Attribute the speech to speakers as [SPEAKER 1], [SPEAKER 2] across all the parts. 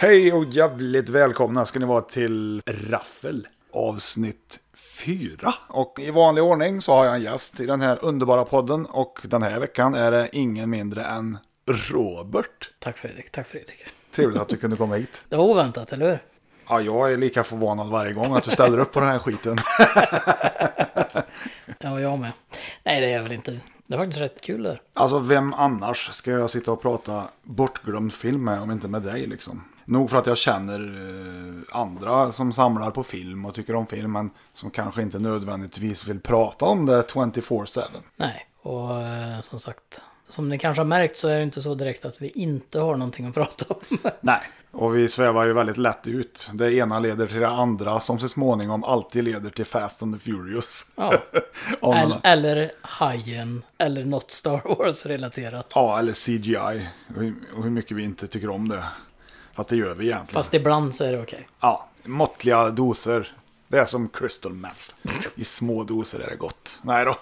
[SPEAKER 1] Hej och jävligt välkomna ska ni vara till Raffel avsnitt 4. Och i vanlig ordning så har jag en gäst i den här underbara podden och den här veckan är det ingen mindre än Robert.
[SPEAKER 2] Tack Fredrik, tack Fredrik.
[SPEAKER 1] Trevligt att du kunde komma hit.
[SPEAKER 2] Det var oväntat, eller hur?
[SPEAKER 1] Ja, jag är lika förvånad varje gång att du ställer upp på den här skiten.
[SPEAKER 2] Ja, jag med. Nej, det är jag väl inte. Det var faktiskt rätt kul där.
[SPEAKER 1] Alltså vem annars ska jag sitta och prata bortglömd film med om inte med dig liksom? Nog för att jag känner eh, andra som samlar på film och tycker om film men som kanske inte nödvändigtvis vill prata om det 24-7.
[SPEAKER 2] Nej, och eh, som sagt, som ni kanske har märkt så är det inte så direkt att vi inte har någonting att prata om.
[SPEAKER 1] Nej. Och vi svävar ju väldigt lätt ut. Det ena leder till det andra som så småningom alltid leder till Fast and the Furious.
[SPEAKER 2] Ja.
[SPEAKER 1] Om man-
[SPEAKER 2] Eller, eller Hajen, eller något Star Wars-relaterat.
[SPEAKER 1] ja, eller CGI. Och hur- och hur mycket vi inte tycker om det. Fast det gör vi egentligen.
[SPEAKER 2] Fast ibland så är det okej.
[SPEAKER 1] Ja, måttliga doser. Det är som crystal meth. I små doser är det gott. Nej då.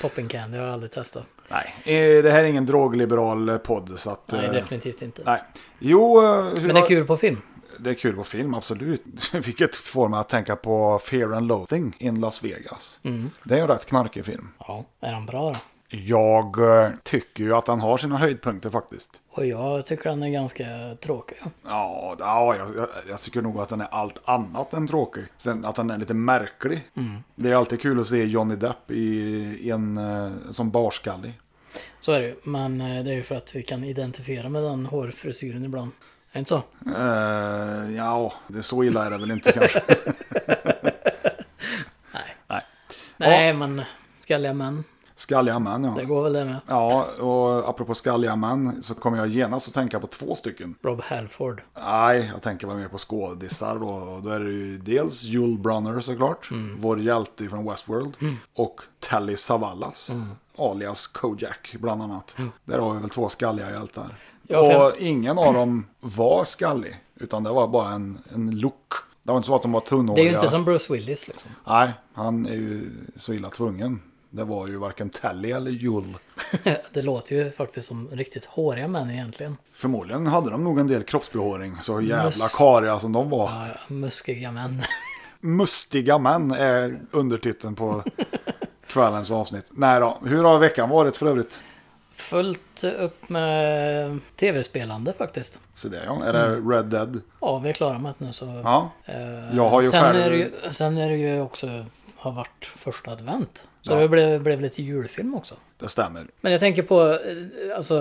[SPEAKER 2] Popping Candy har jag aldrig testat.
[SPEAKER 1] Nej, eh, det här är ingen drogliberal podd så att...
[SPEAKER 2] Nej,
[SPEAKER 1] eh,
[SPEAKER 2] definitivt inte.
[SPEAKER 1] Nej. Jo, eh, hur
[SPEAKER 2] Men det är
[SPEAKER 1] har-
[SPEAKER 2] kul på film.
[SPEAKER 1] det är kul på film, absolut. Vilket får mig att tänka på Fear and Loathing in Las Vegas.
[SPEAKER 2] Mm.
[SPEAKER 1] Det är en rätt knarkig film.
[SPEAKER 2] Ja. Är den bra då?
[SPEAKER 1] Jag eh, tycker ju att den har sina höjdpunkter faktiskt.
[SPEAKER 2] Och jag tycker den är ganska tråkig.
[SPEAKER 1] Ja, ja jag, jag, jag tycker nog att den är allt annat än tråkig. Sen att den är lite märklig.
[SPEAKER 2] Mm.
[SPEAKER 1] Det är alltid kul att se Johnny Depp i en eh, som barskallig.
[SPEAKER 2] Så är det ju. Men eh, det är ju för att vi kan identifiera med den hårfrisyren ibland. Är det inte så?
[SPEAKER 1] Eh, ja, det är så illa är det väl inte kanske.
[SPEAKER 2] Nej.
[SPEAKER 1] Nej.
[SPEAKER 2] Nej, men skalliga män.
[SPEAKER 1] Skalliga män, ja.
[SPEAKER 2] Det går väl det med.
[SPEAKER 1] Ja, och apropå skalliga män så kommer jag genast att tänka på två stycken.
[SPEAKER 2] Rob Halford.
[SPEAKER 1] Nej, jag tänker väl mer på skådisar då. Och Då är det ju dels Joel Brunner såklart,
[SPEAKER 2] Mm.
[SPEAKER 1] vår hjälte från Westworld. Och Telly Savalas,
[SPEAKER 2] Mm.
[SPEAKER 1] alias Kojak bland annat. Där har vi väl två skalliga hjältar.
[SPEAKER 2] Ja,
[SPEAKER 1] och ingen av dem var skallig, utan det var bara en, en look. Det var inte så att de var tunnhåriga.
[SPEAKER 2] Det är ju inte som Bruce Willis liksom.
[SPEAKER 1] Nej, han är ju så illa tvungen. Det var ju varken Telly eller Joel.
[SPEAKER 2] det låter ju faktiskt som riktigt håriga män egentligen.
[SPEAKER 1] Förmodligen hade de nog en del kroppsbehåring, så jävla
[SPEAKER 2] Möss.
[SPEAKER 1] kariga som de var.
[SPEAKER 2] Ja, ja, muskiga män.
[SPEAKER 1] Mustiga män är undertiteln på kvällens avsnitt. Nej då, hur har veckan varit för övrigt?
[SPEAKER 2] Fullt upp med tv-spelande faktiskt.
[SPEAKER 1] Så det ja, är det
[SPEAKER 2] Mm.
[SPEAKER 1] Red Dead?
[SPEAKER 2] Ja, vi är klara med det nu så...
[SPEAKER 1] Ja,
[SPEAKER 2] eh,
[SPEAKER 1] jag har ju
[SPEAKER 2] sen,
[SPEAKER 1] själv-
[SPEAKER 2] är det ju, sen är det ju också... Har varit första advent. Så
[SPEAKER 1] Ja.
[SPEAKER 2] det blev, blev lite julfilm också.
[SPEAKER 1] det stämmer.
[SPEAKER 2] Men jag tänker på eh, alltså,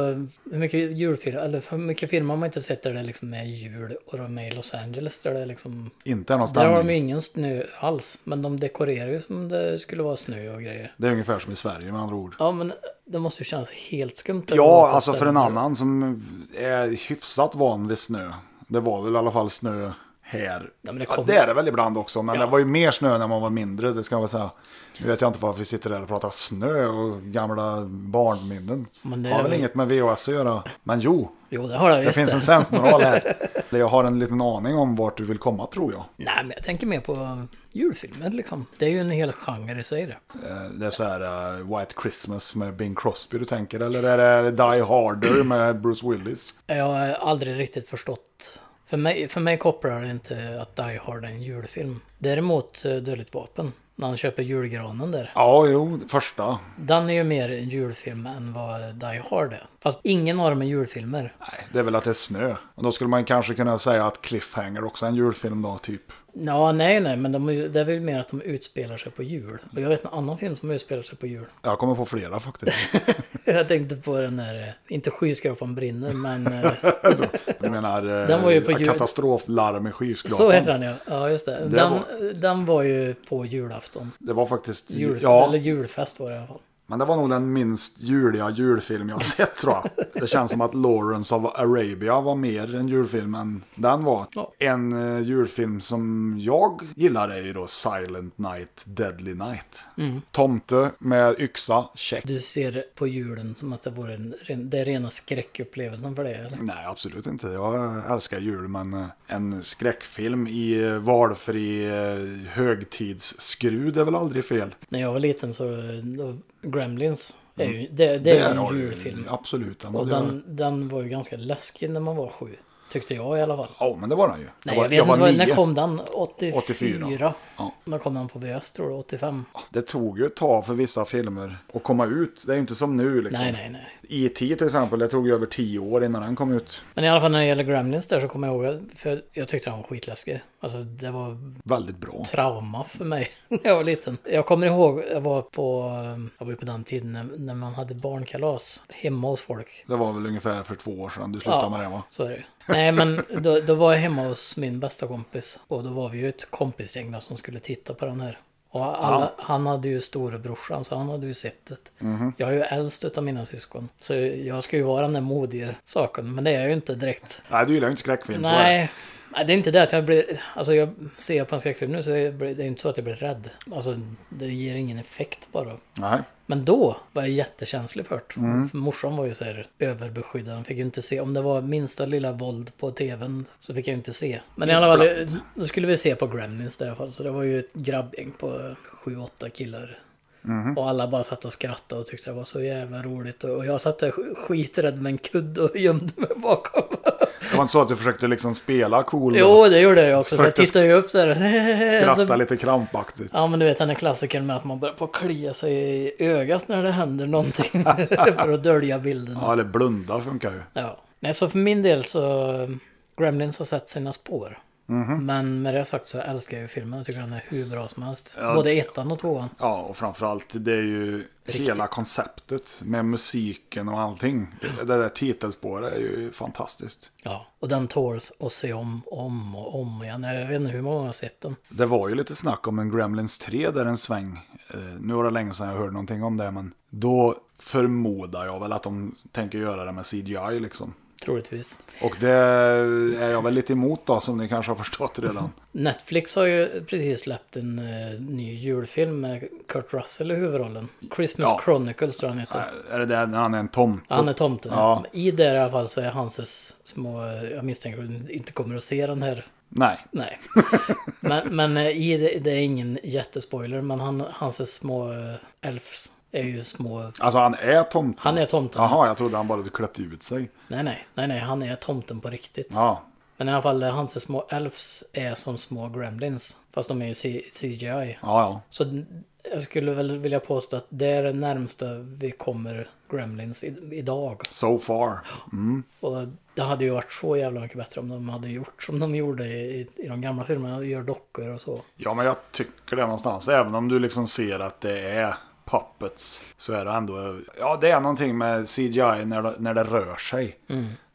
[SPEAKER 2] hur mycket julfilm, eller hur mycket filmer har man inte sett där det liksom är jul och de är i Los Angeles där det liksom...
[SPEAKER 1] Inte är någon
[SPEAKER 2] Där har de ju
[SPEAKER 1] stämning.
[SPEAKER 2] ingen snö alls, men de dekorerar ju som det skulle vara snö och grejer.
[SPEAKER 1] Det är ungefär som i Sverige med andra ord.
[SPEAKER 2] Ja, men det måste ju kännas helt skumt. att gå på
[SPEAKER 1] Ja,
[SPEAKER 2] ett
[SPEAKER 1] alltså för
[SPEAKER 2] ställe.
[SPEAKER 1] en annan som är hyfsat van vid snö. Det var väl i alla fall snö här.
[SPEAKER 2] Ja, men det
[SPEAKER 1] Ja,
[SPEAKER 2] kom-
[SPEAKER 1] det är det väl ibland också, men
[SPEAKER 2] Ja.
[SPEAKER 1] det var ju mer snö när man var mindre, det ska jag väl säga. Nu vet jag inte varför vi sitter där och pratar snö och gamla barnminnen.
[SPEAKER 2] Men det
[SPEAKER 1] har
[SPEAKER 2] är
[SPEAKER 1] väl
[SPEAKER 2] väl-
[SPEAKER 1] inget med VHS att göra. Men jo,
[SPEAKER 2] Jo, det har jag
[SPEAKER 1] det
[SPEAKER 2] visst.
[SPEAKER 1] finns en sensmoral här. Jag har en liten aning om vart du vill komma tror jag.
[SPEAKER 2] Nej, men jag tänker mer på julfilmer liksom. Det är ju en hel genre i sig det.
[SPEAKER 1] Eh, Det är så här eh, White Christmas med Bing Crosby du tänker, eller är det Die Harder med Bruce Willis?
[SPEAKER 2] Jag har aldrig riktigt förstått. För mig, för mig kopplar det inte att Die Hard är en julfilm. Däremot eh, Dödligt Vapen, när han köper julgranen där.
[SPEAKER 1] Ja, jo, första.
[SPEAKER 2] Den är ju mer en julfilm än vad Die Hard är. Fast ingen av dem är julfilmer.
[SPEAKER 1] Nej, det är väl att det är snö. Och då skulle man kanske kunna säga att Cliffhanger också är en julfilm då, typ.
[SPEAKER 2] Ja, nej, nej, men de, är ju- det är väl mer att de utspelar sig på jul. Och jag vet en annan film som utspelar sig på jul.
[SPEAKER 1] Jag kommer på flera faktiskt.
[SPEAKER 2] Jag tänkte på den där, eh, inte Skyskrapan brinner, men eh,
[SPEAKER 1] Jag menar, eh,
[SPEAKER 2] Den var ju på jul.
[SPEAKER 1] katastroflarm i skyskrapan.
[SPEAKER 2] så heter den ja. Ja, just det. Den,
[SPEAKER 1] var-
[SPEAKER 2] den var ju på julafton.
[SPEAKER 1] Det var faktiskt...
[SPEAKER 2] Julfest,
[SPEAKER 1] ja,
[SPEAKER 2] eller julfest var det i alla fall.
[SPEAKER 1] men det var nog den minst juliga julfilm jag har sett tror jag. Det känns som att Lawrence of Arabia var mer en julfilm än den var.
[SPEAKER 2] Ja.
[SPEAKER 1] En eh, julfilm som jag gillar är ju då Silent Night, Deadly Night.
[SPEAKER 2] Mm.
[SPEAKER 1] Tomte med yxa, check.
[SPEAKER 2] Du ser på julen som att det vore en, ren- det är rena skräckupplevelsen för dig, eller?
[SPEAKER 1] Nej, absolut inte. Jag älskar jul, men eh, en skräckfilm i eh, valfri eh, högtidsskrud är väl aldrig fel.
[SPEAKER 2] När jag var liten så, eh, då, Gremlins, är ju, det, det är ju
[SPEAKER 1] Mm. Där har
[SPEAKER 2] en
[SPEAKER 1] du-
[SPEAKER 2] julfilm.
[SPEAKER 1] Absolut. Den
[SPEAKER 2] Och
[SPEAKER 1] hade jag-
[SPEAKER 2] den, den var ju ganska läskig när man var sju. Tyckte jag i alla fall.
[SPEAKER 1] Ja, men det var den ju.
[SPEAKER 2] Nej,
[SPEAKER 1] var,
[SPEAKER 2] jag, vet inte.
[SPEAKER 1] var
[SPEAKER 2] vad- När
[SPEAKER 1] nio.
[SPEAKER 2] kom den? 84?
[SPEAKER 1] 84. Ja.
[SPEAKER 2] När kom den på VHS tror du? 85?
[SPEAKER 1] Det tog ju ett tag för vissa filmer att komma ut. Det är ju inte som nu liksom.
[SPEAKER 2] Nej, nej, nej.
[SPEAKER 1] E.T. till exempel, det tog ju över tio år innan den kom ut.
[SPEAKER 2] Men i alla fall när det gäller Gremlins där så kommer jag ihåg, att- för jag tyckte den var skitläskig. Alltså det var
[SPEAKER 1] Väldigt bra.
[SPEAKER 2] trauma för mig när jag var liten. Jag kommer ihåg, jag var på, eh, jag var ju på den tiden när, när man hade barnkalas hemma hos folk.
[SPEAKER 1] Det var väl ungefär för två år sedan du slutade med det va?
[SPEAKER 2] så är det ju. Nej, men då, då var jag hemma hos min bästa kompis. Och då var vi ju ett kompisgäng där som skulle titta på den här. Och alla, han hade ju storebrorsan, så han hade ju sett det. Jag är ju äldst utav mina syskon. Så jag ska ju vara den där modiga saken, men det är jag ju inte direkt.
[SPEAKER 1] Nej, du gillar ju inte skräckfilm. Så är det.
[SPEAKER 2] Nej, nej, det är inte det att jag blir... Alltså jag ser på en skräckfilm nu så är jag- det är inte så att jag blir rädd. Alltså det ger ingen effekt bara.
[SPEAKER 1] Nej.
[SPEAKER 2] Men då var jag jättekänslig för det. För morsan var ju så här överbeskyddad. Hon fick ju inte se. Om det var minsta lilla våld på tvn så fick jag ju inte se. Men i alla fall, då skulle vi se på Gremlins där i alla fall. Så det var ju ett grabbgäng på sju, åtta killar. Och alla bara satt och skrattade och tyckte det var så jävla roligt. Och jag satt där sk- skiträdd med en kudde och gömde mig bakom.
[SPEAKER 1] Det var inte så att du försökte liksom spela cool och
[SPEAKER 2] Jo, det gjorde jag också. Så jag
[SPEAKER 1] Försökte
[SPEAKER 2] tittade ju upp där.
[SPEAKER 1] skratta
[SPEAKER 2] Så-
[SPEAKER 1] lite krampaktigt.
[SPEAKER 2] Ja, men du vet den där klassikern med att man börjar på att klia sig i ögat när det händer någonting. för att dölja bilden.
[SPEAKER 1] Ja, eller blunda funkar ju.
[SPEAKER 2] Ja. Nej, så för min del så... eh, Gremlins har satt sina spår.
[SPEAKER 1] Mhm.
[SPEAKER 2] Men med det sagt så älskar jag ju filmen. Jag tycker den är hur bra som helst. Både ettan och tvåan.
[SPEAKER 1] Ja, och framförallt det är ju hela konceptet med musiken och allting. Det där titelspåret är ju fantastiskt.
[SPEAKER 2] Ja. Och den tåls att se om, om och om igen. Jag vet inte hur många jag har sett den.
[SPEAKER 1] Det var ju lite snack om en Gremlins 3 där en sväng. Eh, nu var det länge sedan jag hörde någonting om det, men då förmodar jag väl att de tänker göra det med CGI liksom.
[SPEAKER 2] Troligtvis.
[SPEAKER 1] Och det är jag väl lite emot då, som ni kanske har förstått redan.
[SPEAKER 2] Netflix har ju precis släppt en eh, ny julfilm med Kurt Russell i huvudrollen. Christmas
[SPEAKER 1] Ja.
[SPEAKER 2] Chronicles tror jag han heter.
[SPEAKER 1] Eh, Är det där när han är en tomte?
[SPEAKER 2] Han är tomten.
[SPEAKER 1] Ja.
[SPEAKER 2] I det i alla fall så är Hanses små... eh, Jag misstänker att du inte kommer att se den här.
[SPEAKER 1] Nej.
[SPEAKER 2] Nej. men, men eh, i det, det är ingen jättespoiler. Men han, Hanses små eh, elfs är ju små...
[SPEAKER 1] Alltså han är tomte.
[SPEAKER 2] Han är tomten.
[SPEAKER 1] Jaha, jag trodde han bara hade klätt ut sig.
[SPEAKER 2] Nej, nej, nej, nej, han är tomten på riktigt.
[SPEAKER 1] Ja,
[SPEAKER 2] Men i alla fall, eh, Hanses små elfs är som små gremlins. Fast de är ju C- CGI.
[SPEAKER 1] ja, ja.
[SPEAKER 2] Så n- jag skulle väl vilja påstå att det är det närmsta vi kommer gremlins i, idag.
[SPEAKER 1] So far.
[SPEAKER 2] Och det hade ju varit så jävla mycket bättre om de hade gjort som de gjorde i, i de gamla filmerna, gör dockor och så.
[SPEAKER 1] Ja, men jag tycker det någonstans. Även om du liksom ser att det är puppets. Så är det ändå... Ja, det är någonting med CGI när det, när det rör sig.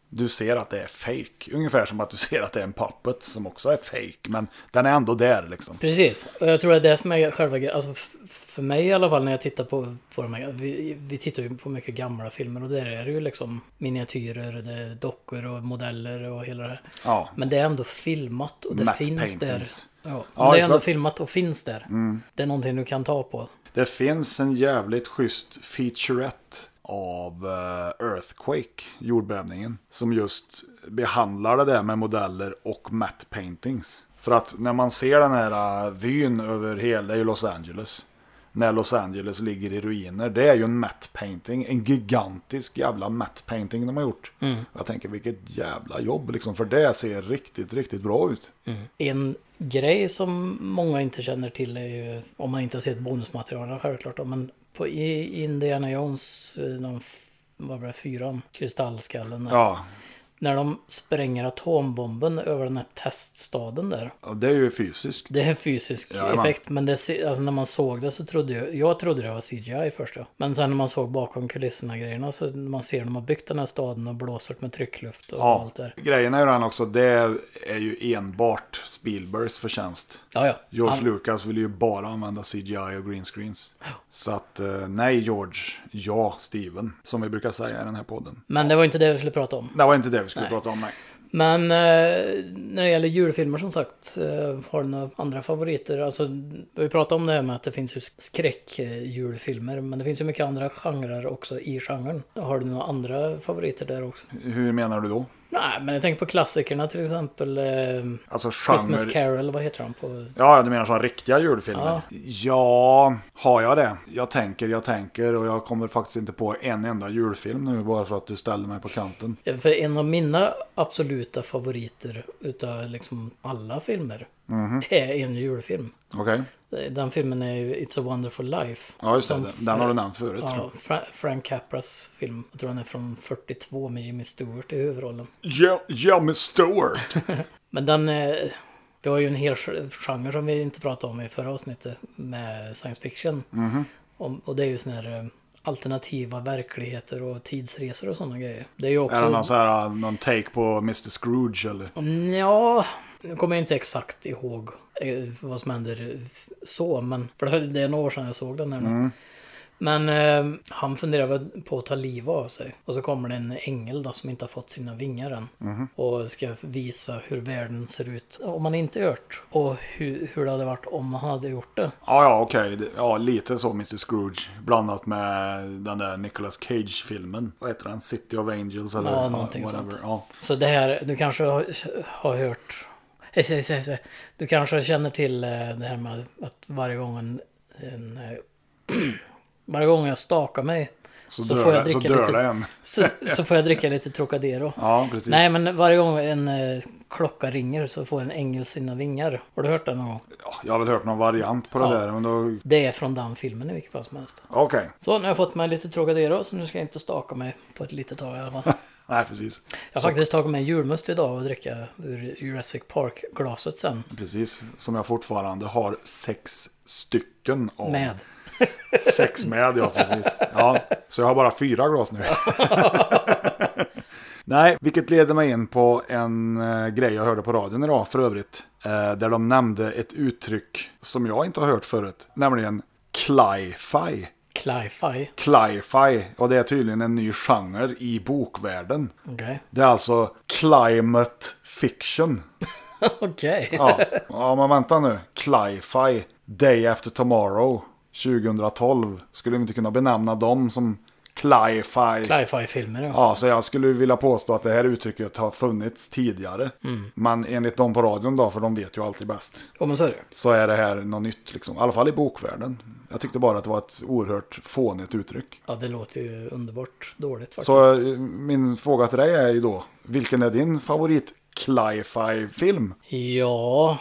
[SPEAKER 1] Du ser att det är fake. Ungefär som att du ser att det är en puppet som också är fake. Men den är ändå där liksom.
[SPEAKER 2] Precis, och jag tror att det är det som är själva grejen. Alltså f- för mig i alla fall när jag tittar på, på de här, vi, vi tittar ju på mycket gamla filmer och där är det ju liksom miniatyrer, det är dockor och modeller och hela det här.
[SPEAKER 1] Ja.
[SPEAKER 2] Men det är ändå filmat och det
[SPEAKER 1] Matte
[SPEAKER 2] finns
[SPEAKER 1] paintings.
[SPEAKER 2] där. Ja,
[SPEAKER 1] Ja,
[SPEAKER 2] det är Mm. ändå
[SPEAKER 1] exakt.
[SPEAKER 2] filmat och finns där. Det är någonting du kan ta på.
[SPEAKER 1] Det finns en jävligt schysst featurette av eh, Earthquake, jordbävningen, som just behandlar det där med modeller och matte paintings. För att när man ser den här eh, vyn över hela, det är ju Los Angeles, när Los Angeles ligger i ruiner, det är ju en matte painting, en gigantisk jävla matte painting de har gjort. Jag tänker vilket jävla jobb liksom, för det ser riktigt, riktigt bra ut.
[SPEAKER 2] Mm. En grej som många inte känner till är ju, om man inte har sett bonusmaterialen självklart, då, men på i Indiana Jones, eh, de, f- vad var det, fyran, kristallskallen, där.
[SPEAKER 1] Ja,
[SPEAKER 2] när de spränger atombomben över den här teststaden där.
[SPEAKER 1] och det är ju fysiskt.
[SPEAKER 2] Det är fysisk
[SPEAKER 1] Jajamän.
[SPEAKER 2] effekt, men det, se- alltså när man såg det så trodde jag, jag trodde det var CGI först ja. Men sen när man såg bakom kulisserna grejerna så när man ser de har byggt den här staden och blåser med tryckluft och
[SPEAKER 1] Ja,
[SPEAKER 2] allt där.
[SPEAKER 1] grejen är ju den också, det är ju enbart Spielbergs förtjänst.
[SPEAKER 2] Ja, ja.
[SPEAKER 1] George
[SPEAKER 2] Han-
[SPEAKER 1] Lucas ville ju bara använda CGI och green screens. Så att, eh, nej George, ja Steven, som vi brukar säga i den här podden.
[SPEAKER 2] Men det var inte det vi skulle prata om.
[SPEAKER 1] Det var inte det vi skulle prata om, nej.
[SPEAKER 2] Men eh, när det gäller julfilmer som sagt, eh, har du några andra favoriter? Alltså, vi pratade om det här med att det finns ju skräckjulfilmer, men det finns ju mycket andra genrer också i genren. Har du några andra favoriter där också?
[SPEAKER 1] Hur menar du då?
[SPEAKER 2] Nej, men jag tänker på klassikerna till exempel. Eh,
[SPEAKER 1] Alltså
[SPEAKER 2] Christmas
[SPEAKER 1] genre...
[SPEAKER 2] Carol, vad heter han på?
[SPEAKER 1] Ja, du menar så här riktiga julfilmer?
[SPEAKER 2] Ja.
[SPEAKER 1] Ja. har jag det? Jag tänker, jag tänker och jag kommer faktiskt inte på en enda julfilm nu bara för att du ställer mig på kanten.
[SPEAKER 2] Ja, För en av mina absoluta favoriter utav liksom alla filmer är en julfilm.
[SPEAKER 1] Okej?
[SPEAKER 2] Den filmen är ju It's a wonderful life.
[SPEAKER 1] Ja, just det.
[SPEAKER 2] Som
[SPEAKER 1] Den- Den har du nämnt förut. tror jag.
[SPEAKER 2] Ja, Fra- Frank Capras film. Jag tror den är från 42 med Jimmy Stewart i huvudrollen.
[SPEAKER 1] Ja, ja, men Stewart.
[SPEAKER 2] Men den... eh, Vi har ju en hel gen- genre som vi inte pratade om i förra avsnittet med science fiction. Om, och det är ju sån här eh, alternativa verkligheter och tidsresor och sådana grejer. Det är ju också...
[SPEAKER 1] Är det någon, så här, äh, någon take på Mr. Scrooge eller?
[SPEAKER 2] Ja, nu kommer jag inte exakt ihåg eh, vad som händer så, men för det- det är några år sedan jag såg den här nu. Men eh, han funderar väl på att ta livet av sig. Och så kommer det en ängel då som inte har fått sina vingar än. Och ska visa hur världen ser ut om han inte gjort. Och hur, hur det hade varit om han hade gjort det.
[SPEAKER 1] Ja, ja, okej. Det- Ja, lite så Mr. Scrooge. Blandat med den där Nicolas Cage-filmen. Vad heter den? City of Angels eller?
[SPEAKER 2] Ja, någonting sånt.
[SPEAKER 1] Ja.
[SPEAKER 2] Så det här, du kanske har, har hört... Hej, hej, hej, hej. Du kanske känner till eh, det här med att varje gång en... en eh, varje gång jag stakar mig
[SPEAKER 1] Så,
[SPEAKER 2] Så
[SPEAKER 1] dör,
[SPEAKER 2] får jag
[SPEAKER 1] det- så
[SPEAKER 2] dricka
[SPEAKER 1] dör
[SPEAKER 2] lite-
[SPEAKER 1] det en.
[SPEAKER 2] så, så får jag dricka lite Trocadero.
[SPEAKER 1] Ja, precis.
[SPEAKER 2] Nej, men varje gång en eh, klocka ringer så får en ängel sina vingar. Har du hört det någon gång?
[SPEAKER 1] Ja, jag har väl hört någon variant på det
[SPEAKER 2] Ja.
[SPEAKER 1] där. Men då...
[SPEAKER 2] Det är från den filmen i vilket fall som helst.
[SPEAKER 1] Okej.
[SPEAKER 2] Så, nu har jag fått mig lite Trocadero så nu ska jag inte staka mig på ett litet tag i alla fall.
[SPEAKER 1] Nej, precis.
[SPEAKER 2] Jag har faktiskt tagit med julmust idag och dricka ur Jurassic Park-glaset sen.
[SPEAKER 1] Precis. Som jag fortfarande har sex stycken av.
[SPEAKER 2] Med.
[SPEAKER 1] Sex med, ja precis. Ja, så jag har bara fyra glas nu. Nej, vilket leder mig in på en eh, grej jag hörde på radion idag för övrigt. Eh, där de nämnde ett uttryck som jag inte har hört förut. Nämligen cli-fi.
[SPEAKER 2] Cli-fi.
[SPEAKER 1] Cli-fi, och det är tydligen en ny genre i bokvärlden.
[SPEAKER 2] Okej.
[SPEAKER 1] Det är alltså climate fiction.
[SPEAKER 2] Okej.
[SPEAKER 1] Ja, ja men vänta nu. Cli-fi, Day After Tomorrow, 2012. Skulle vi inte kunna benämna dem som Cli-fi?
[SPEAKER 2] Cli-fi-filmer ja.
[SPEAKER 1] Ja, så jag skulle vilja påstå att det här uttrycket har funnits tidigare. Men enligt dem på radion då, för de vet ju alltid bäst,
[SPEAKER 2] Jo men så är det.
[SPEAKER 1] så är det här något nytt liksom. I alla fall i bokvärlden. Jag tyckte bara att det var ett oerhört fånigt uttryck.
[SPEAKER 2] Ja, det låter ju underbart dåligt faktiskt.
[SPEAKER 1] Så eh, min fråga till dig är ju då, vilken är din favorit fi film
[SPEAKER 2] Ja,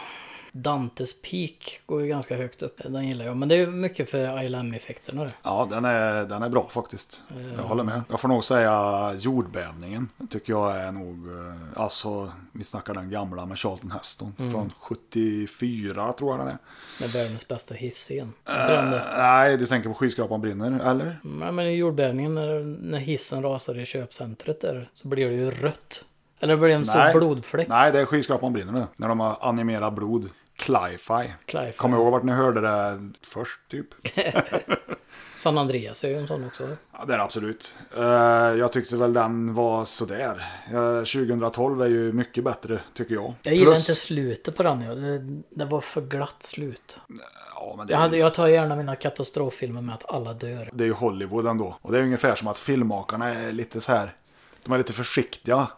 [SPEAKER 2] Dantes Peak går ju ganska högt upp. Den gillar jag. Men det är ju mycket för ILM-effekterna.
[SPEAKER 1] Ja, den är, den är bra faktiskt.
[SPEAKER 2] Mm.
[SPEAKER 1] Jag håller med. Jag får nog säga jordbävningen. Den tycker jag är nog, eh, alltså vi snackar den gamla med Charlton Heston.
[SPEAKER 2] Mm.
[SPEAKER 1] Från 74 tror jag den är.
[SPEAKER 2] Med världens bästa hisscen. Drömde.
[SPEAKER 1] Eh, nej, du tänker på skyskrapan brinner, eller?
[SPEAKER 2] Nej, men i jordbävningen när, när hissen rasar i köpcentret där så blir det ju rött. Eller det blir en stor
[SPEAKER 1] Nej.
[SPEAKER 2] blodfläck.
[SPEAKER 1] Nej, det är skyskrapan brinner nu. När de har animerat blod. Cli-fi.
[SPEAKER 2] Cli-fi.
[SPEAKER 1] Kommer ihåg vart ni hörde det först typ?
[SPEAKER 2] San Andreas är ju en sån också.
[SPEAKER 1] Ja, det är det absolut. Eh, jag tyckte väl den var sådär. Uh, 2012 är ju mycket bättre tycker jag.
[SPEAKER 2] Jag gillar
[SPEAKER 1] Plus-
[SPEAKER 2] inte slutet på den. ja. Det, det var för glatt slut.
[SPEAKER 1] Ja, men det
[SPEAKER 2] Jag,
[SPEAKER 1] är
[SPEAKER 2] hade,
[SPEAKER 1] ju-
[SPEAKER 2] jag tar gärna mina katastroffilmer med att alla dör.
[SPEAKER 1] det är ju Hollywood ändå. Och det är ju ungefär som att filmmakarna är lite så här. De är lite försiktiga.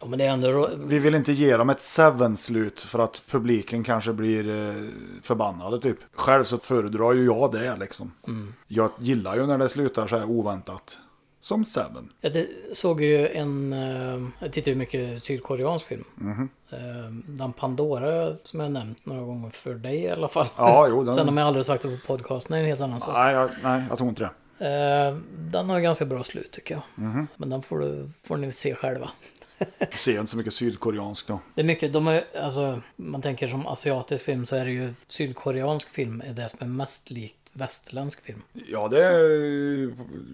[SPEAKER 2] Ja, men det är ändå... ro-
[SPEAKER 1] Vi vill inte ge dem ett Seven-slut för att publiken kanske blir eh, förbannade typ. Själv så föredrar ju jag det liksom.
[SPEAKER 2] Mm.
[SPEAKER 1] Jag gillar ju när det slutar så här oväntat. Som Seven.
[SPEAKER 2] Jag t- såg ju en... eh, Jag tittar ju mycket sydkoreansk film.
[SPEAKER 1] Mhm.
[SPEAKER 2] Eh, Den Pandora som jag nämnt några gånger för dig i alla fall.
[SPEAKER 1] Ja, jo. Den...
[SPEAKER 2] Sen om jag aldrig sagt det på podcasten är en helt annan sak.
[SPEAKER 1] nej, jag, nej, jag tror inte det.
[SPEAKER 2] Eh, Den har ganska bra slut tycker jag.
[SPEAKER 1] Mhm.
[SPEAKER 2] Men den får, du, får ni se själva.
[SPEAKER 1] Jag ser ju inte så mycket sydkoreanskt då.
[SPEAKER 2] Det är mycket, de är, alltså, man tänker som asiatisk film så är det ju sydkoreansk film är det som är mest likt västerländsk film.
[SPEAKER 1] Ja, det är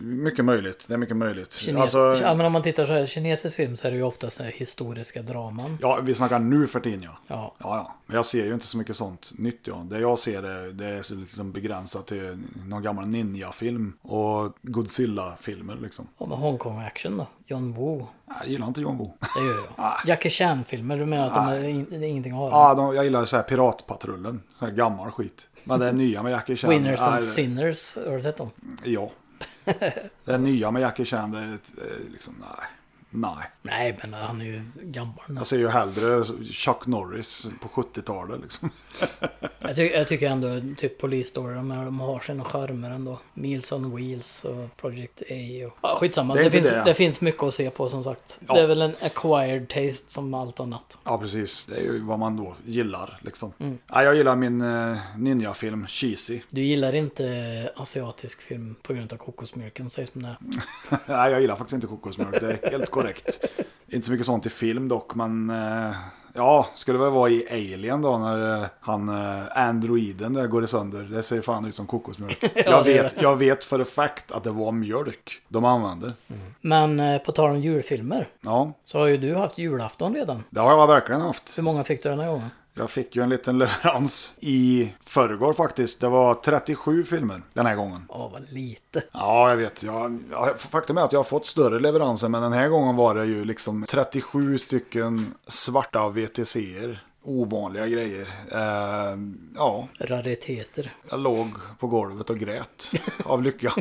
[SPEAKER 1] mycket möjligt. Det är mycket möjligt.
[SPEAKER 2] Kines,
[SPEAKER 1] Alltså,
[SPEAKER 2] ja, men om man tittar så här, kinesisk film så är det ju ofta så här historiska draman.
[SPEAKER 1] ja, vi snackar nu för tiden ja.
[SPEAKER 2] Ja,
[SPEAKER 1] Ja, ja. Men jag ser ju inte så mycket sånt nytt. Ja. Det jag ser är, det är så liksom begränsat till någon gammal ninja-film och Godzilla-filmer. Liksom.
[SPEAKER 2] och med Hongkong-action då. John Woo,
[SPEAKER 1] Jag gillar inte John Woo.
[SPEAKER 2] det gör
[SPEAKER 1] Ah.
[SPEAKER 2] jag. Jackie Chan-filmer, du menar att de är in, det är ingenting att ha?
[SPEAKER 1] Ja, de, jag gillar så här Piratpatrullen, så här gammal skit. Men det är nya med Jackie Chan.
[SPEAKER 2] Winners
[SPEAKER 1] Ja,
[SPEAKER 2] and
[SPEAKER 1] det-
[SPEAKER 2] Sinners, har du sett dem?
[SPEAKER 1] Ja. Det är nya med Jackie Chan, det är ett, eh, liksom, nej. Nej.
[SPEAKER 2] Nej, men han är ju gammal nu.
[SPEAKER 1] Jag ser ju hellre Chuck Norris på 70-talet liksom.
[SPEAKER 2] Jag, ty- jag tycker ändå typ Police Story, de, här, de har sina charmer ändå. Meals on Wheels och Project A och... Ja, skitsamma.
[SPEAKER 1] Det är
[SPEAKER 2] Det,
[SPEAKER 1] inte
[SPEAKER 2] finns,
[SPEAKER 1] det.
[SPEAKER 2] det finns mycket att se på som sagt.
[SPEAKER 1] Ja.
[SPEAKER 2] Det är väl en acquired taste som allt annat.
[SPEAKER 1] Ja, precis. Det är ju vad man då gillar liksom.
[SPEAKER 2] Mm.
[SPEAKER 1] Ja, jag gillar min eh, ninjafilm Cheesy.
[SPEAKER 2] Du gillar inte asiatisk film på grund av kokosmjölken, sägs som det är.
[SPEAKER 1] Nej, jag gillar faktiskt inte kokosmjölk. Det är helt korrekt. Inte så mycket sånt i film dock, men... eh, Ja, skulle väl vara i Alien då när eh, han eh, androiden där går i sönder. Det ser fan ut som kokosmjölk. jag,
[SPEAKER 2] det är
[SPEAKER 1] vet, jag vet för effekt att det var mjölk de använde.
[SPEAKER 2] Men eh, på tal om julfilmer
[SPEAKER 1] Ja,
[SPEAKER 2] så har ju du haft julafton redan.
[SPEAKER 1] det har jag verkligen haft.
[SPEAKER 2] Hur många fick du den här gången?
[SPEAKER 1] Jag fick ju en liten leverans i förrgår faktiskt. Det var 37 filmer den här gången.
[SPEAKER 2] Ja, vad lite.
[SPEAKER 1] Ja, jag vet. Jag, jag, faktum är att jag har fått större leveranser, men den här gången var det ju liksom 37 stycken svarta VTC'er. Ovanliga grejer. Eh, ja,
[SPEAKER 2] Rariteter.
[SPEAKER 1] jag låg på golvet och grät av lycka.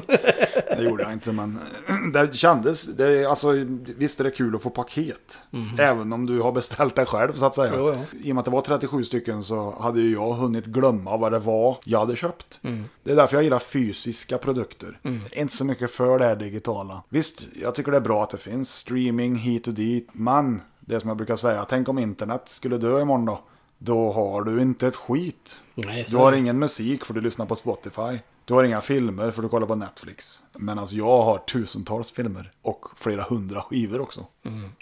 [SPEAKER 1] Det gjorde jag inte, men eh, det kändes. Det, alltså, visst är det kul att få paket. Även om du har beställt det själv, så att säga.
[SPEAKER 2] Mhm. Jo, jo.
[SPEAKER 1] I och med att det var 37 stycken så hade ju jag hunnit glömma vad det var jag hade köpt.
[SPEAKER 2] Mm.
[SPEAKER 1] Det är därför jag gillar fysiska produkter. Inte så mycket för det här digitala. Visst, jag tycker det är bra att det finns streaming hit och dit, men det som jag brukar säga, tänk om internet skulle dö imorgon då. Då har du inte ett skit.
[SPEAKER 2] Nej, så
[SPEAKER 1] Du har ingen musik för du lyssnar på Spotify. Du har inga filmer för du kollar på Netflix. Men alltså jag har tusentals filmer och flera hundra skivor också.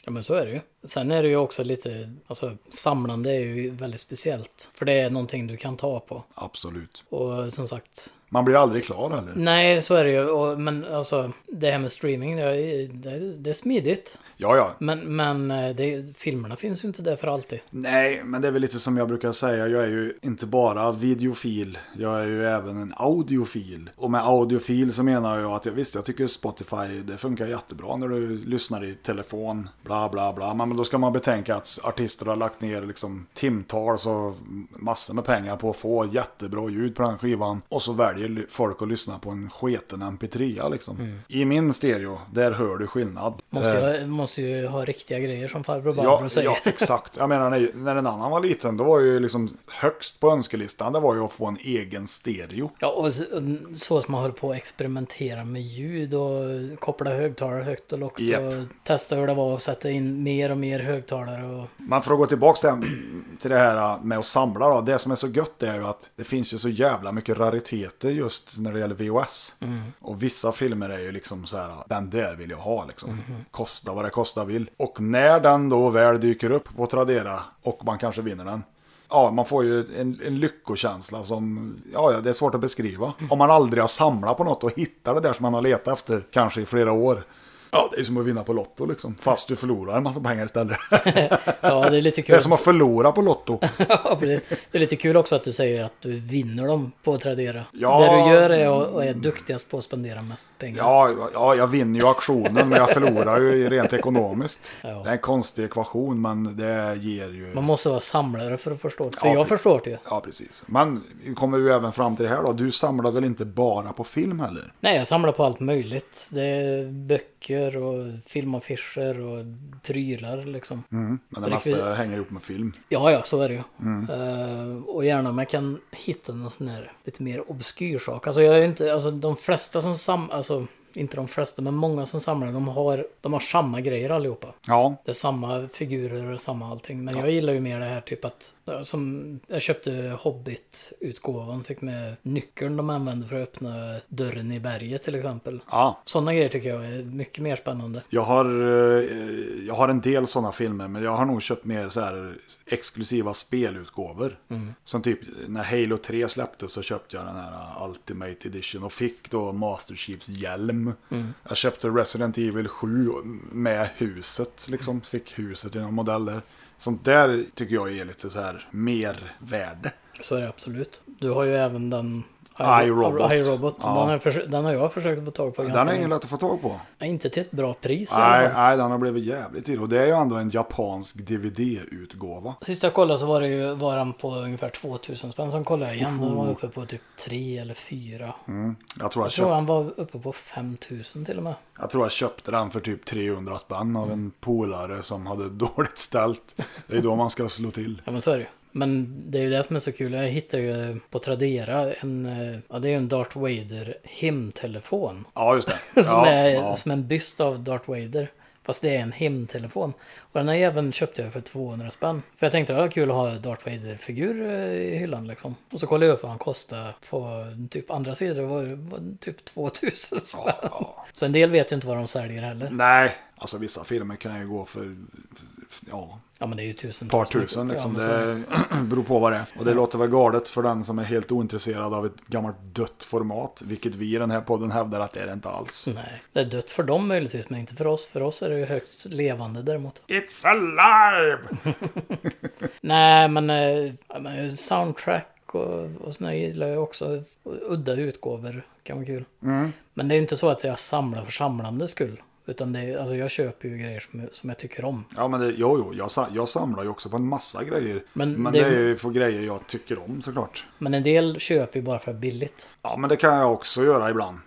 [SPEAKER 2] Ja men så är det ju. Sen är det ju också lite, alltså samlande är ju väldigt speciellt. För det är någonting du kan ta på.
[SPEAKER 1] Absolut.
[SPEAKER 2] Och som sagt,
[SPEAKER 1] Man blir aldrig klar heller.
[SPEAKER 2] nej så är det ju. Och, men alltså det här med streaming, det är, det är, det är smidigt.
[SPEAKER 1] Ja, ja.
[SPEAKER 2] Men, men eh, det, filmerna finns ju inte där för alltid.
[SPEAKER 1] Nej, men det är väl lite som jag brukar säga. Jag är ju inte bara videofil. Jag är ju även en audiofil. Och med audiofil så menar jag att jag visst, jag tycker Spotify, det funkar jättebra när du lyssnar i telefon. Bla, bla, bla. Men då ska man betänka att artister har lagt ner liksom timtals och massor med pengar på att få jättebra ljud på den skivan. Och så väljer ly- folk att lyssna på en sketen mp3 liksom. I min stereo, där hör du skillnad.
[SPEAKER 2] Måste,
[SPEAKER 1] Eh,
[SPEAKER 2] ju- måste ju ha riktiga grejer som farbror Barbro
[SPEAKER 1] Ja,
[SPEAKER 2] säger.
[SPEAKER 1] ja, exakt. Jag menar när, när en annan var liten, då var ju liksom högst på önskelistan, det var ju att få en egen stereo.
[SPEAKER 2] Ja, och så, och så som man höll på att experimentera med ljud och koppla högtalare högt och lågt
[SPEAKER 1] Japp.
[SPEAKER 2] och testa hur det var och sätta in mer och mer högtalare. Och,
[SPEAKER 1] Men för att gå tillbaka till, till det här äh, med att samla då, det som är så gött är ju att det finns ju så jävla mycket rariteter just när det gäller VHS. Och vissa filmer är ju liksom så här, den där vill jag ha liksom. Kosta vad det kosta vill. Och när den då väl dyker upp på Tradera och man kanske vinner den, Ja, man får ju en, en lyckokänsla som, ja, ja, det är svårt att beskriva. Om man aldrig har samlat på något och hittar det där som man har letat efter, kanske i flera år. Ja, det är som att vinna på Lotto liksom, fast du förlorar en massa pengar istället.
[SPEAKER 2] ja, det är lite kul.
[SPEAKER 1] Det är som att förlora på Lotto.
[SPEAKER 2] Ja, precis. Det är lite kul också att du säger att du vinner dem på att Tradera.
[SPEAKER 1] Ja.
[SPEAKER 2] Det du gör är att- och är duktigast på att spendera mest pengar.
[SPEAKER 1] Ja, ja, jag vinner ju auktionen, men jag förlorar ju rent ekonomiskt.
[SPEAKER 2] Ja.
[SPEAKER 1] Det är en konstig ekvation, men det ger ju...
[SPEAKER 2] Man måste vara samlare för att förstå. För
[SPEAKER 1] Ja,
[SPEAKER 2] jag
[SPEAKER 1] pre-
[SPEAKER 2] förstår det ju.
[SPEAKER 1] Ja, precis. Men vi kommer ju även fram till det här då. Du samlar väl inte bara på film heller?
[SPEAKER 2] Nej, jag samlar på allt möjligt. Det är böcker och filmaffischer och prylar liksom.
[SPEAKER 1] Men det
[SPEAKER 2] Det
[SPEAKER 1] mesta
[SPEAKER 2] kan vi-
[SPEAKER 1] hänger ihop med film.
[SPEAKER 2] Ja, ja, så är det ju. Eh, och gärna om jag kan hitta någon sån här lite mer obskyr sak. Alltså jag är inte, alltså de flesta som samlar, alltså inte de flesta, men många som samlar, de har, de har samma grejer allihopa.
[SPEAKER 1] Ja,
[SPEAKER 2] Det är samma figurer och samma allting. Men jag gillar ju mer det här typ att... ja, Som jag köpte Hobbit-utgåvan. Fick med nyckeln de använde för att öppna dörren i berget till exempel.
[SPEAKER 1] ja.
[SPEAKER 2] Sådana grejer tycker jag är mycket mer spännande.
[SPEAKER 1] Jag har, eh, jag har en del sådana filmer, men jag har nog köpt mer så här exklusiva spelutgåvor. Som typ när Halo 3 släpptes så köpte jag den här eh, Ultimate Edition och fick då Master Chiefs hjälm. Jag köpte Resident Evil 7 med huset, liksom. Fick huset i någon modell där. Sånt där tycker jag ger lite så här mer värde.
[SPEAKER 2] Så är det absolut. Du har ju även den
[SPEAKER 1] iRobot.
[SPEAKER 2] iRobot.
[SPEAKER 1] Ja.
[SPEAKER 2] Den, har jag försö- den har jag försökt få tag på ganska
[SPEAKER 1] Den är
[SPEAKER 2] länge.
[SPEAKER 1] ingen lätt att få tag på.
[SPEAKER 2] Ja, Inte till ett bra pris i alla
[SPEAKER 1] Nej,
[SPEAKER 2] fall.
[SPEAKER 1] nej, den har blivit jävligt dyr. Och det är ju ändå en japansk DVD-utgåva.
[SPEAKER 2] Sist jag kollade så var det ju varan på ungefär 2000 spänn. Sen kollade jag igen. Den var uppe på typ 3 eller 4.
[SPEAKER 1] Mm. Jag, tror jag,
[SPEAKER 2] Jag tror
[SPEAKER 1] köp,
[SPEAKER 2] han var uppe på 5000 till och med.
[SPEAKER 1] jag tror jag köpte den för typ 300 spänn av
[SPEAKER 2] Mm.
[SPEAKER 1] en polare som hade dåligt ställt. Det är då man ska slå till.
[SPEAKER 2] Ja men så är det ju. Men det är ju det som är så kul. Jag hittade ju på Tradera en, eh, ja det är ju en Darth Vader hemtelefon.
[SPEAKER 1] Ja, just det.
[SPEAKER 2] Som
[SPEAKER 1] Ja,
[SPEAKER 2] är
[SPEAKER 1] ja.
[SPEAKER 2] som en byst av Darth Vader. Fast det är en hemtelefon. Och den här även köpte jag för 200 spänn. För jag tänkte det var kul att ha Darth Vader-figur eh, i hyllan liksom. Och så kollade jag upp vad han kostade på typ andra sidor. var det var typ 2000 spänn.
[SPEAKER 1] Ja.
[SPEAKER 2] Så en del vet ju inte vad de säljer heller.
[SPEAKER 1] Nej, alltså vissa filmer kan ju gå för ja,
[SPEAKER 2] Ja men det är ju tusen.
[SPEAKER 1] ett par tusen. Liksom.
[SPEAKER 2] Alltså, Ja, men så-
[SPEAKER 1] det beror på vad det är. Och det låter väl galet för den som är helt ointresserad av ett gammalt dött format. Vilket vi i den här podden hävdar att det är det inte alls.
[SPEAKER 2] Nej, det är dött för dem möjligtvis men inte för oss. För oss är det ju högst levande däremot.
[SPEAKER 1] It's alive!
[SPEAKER 2] Nej men, eh, ja, men soundtrack och, och såna gillar jag också. Udda utgåvor kan vara kul.
[SPEAKER 1] Mm.
[SPEAKER 2] Men det är ju inte så att jag samlar för samlandets skull. Utan det är, alltså jag köper ju grejer som, som jag tycker om.
[SPEAKER 1] Ja, men det, jo, jo, jag, sa- jag samlar ju också på en massa grejer. Men,
[SPEAKER 2] Men
[SPEAKER 1] det...
[SPEAKER 2] det-
[SPEAKER 1] är ju för grejer jag tycker om såklart.
[SPEAKER 2] Men en del köper ju bara för att det är billigt.
[SPEAKER 1] Ja, men det kan jag också göra ibland.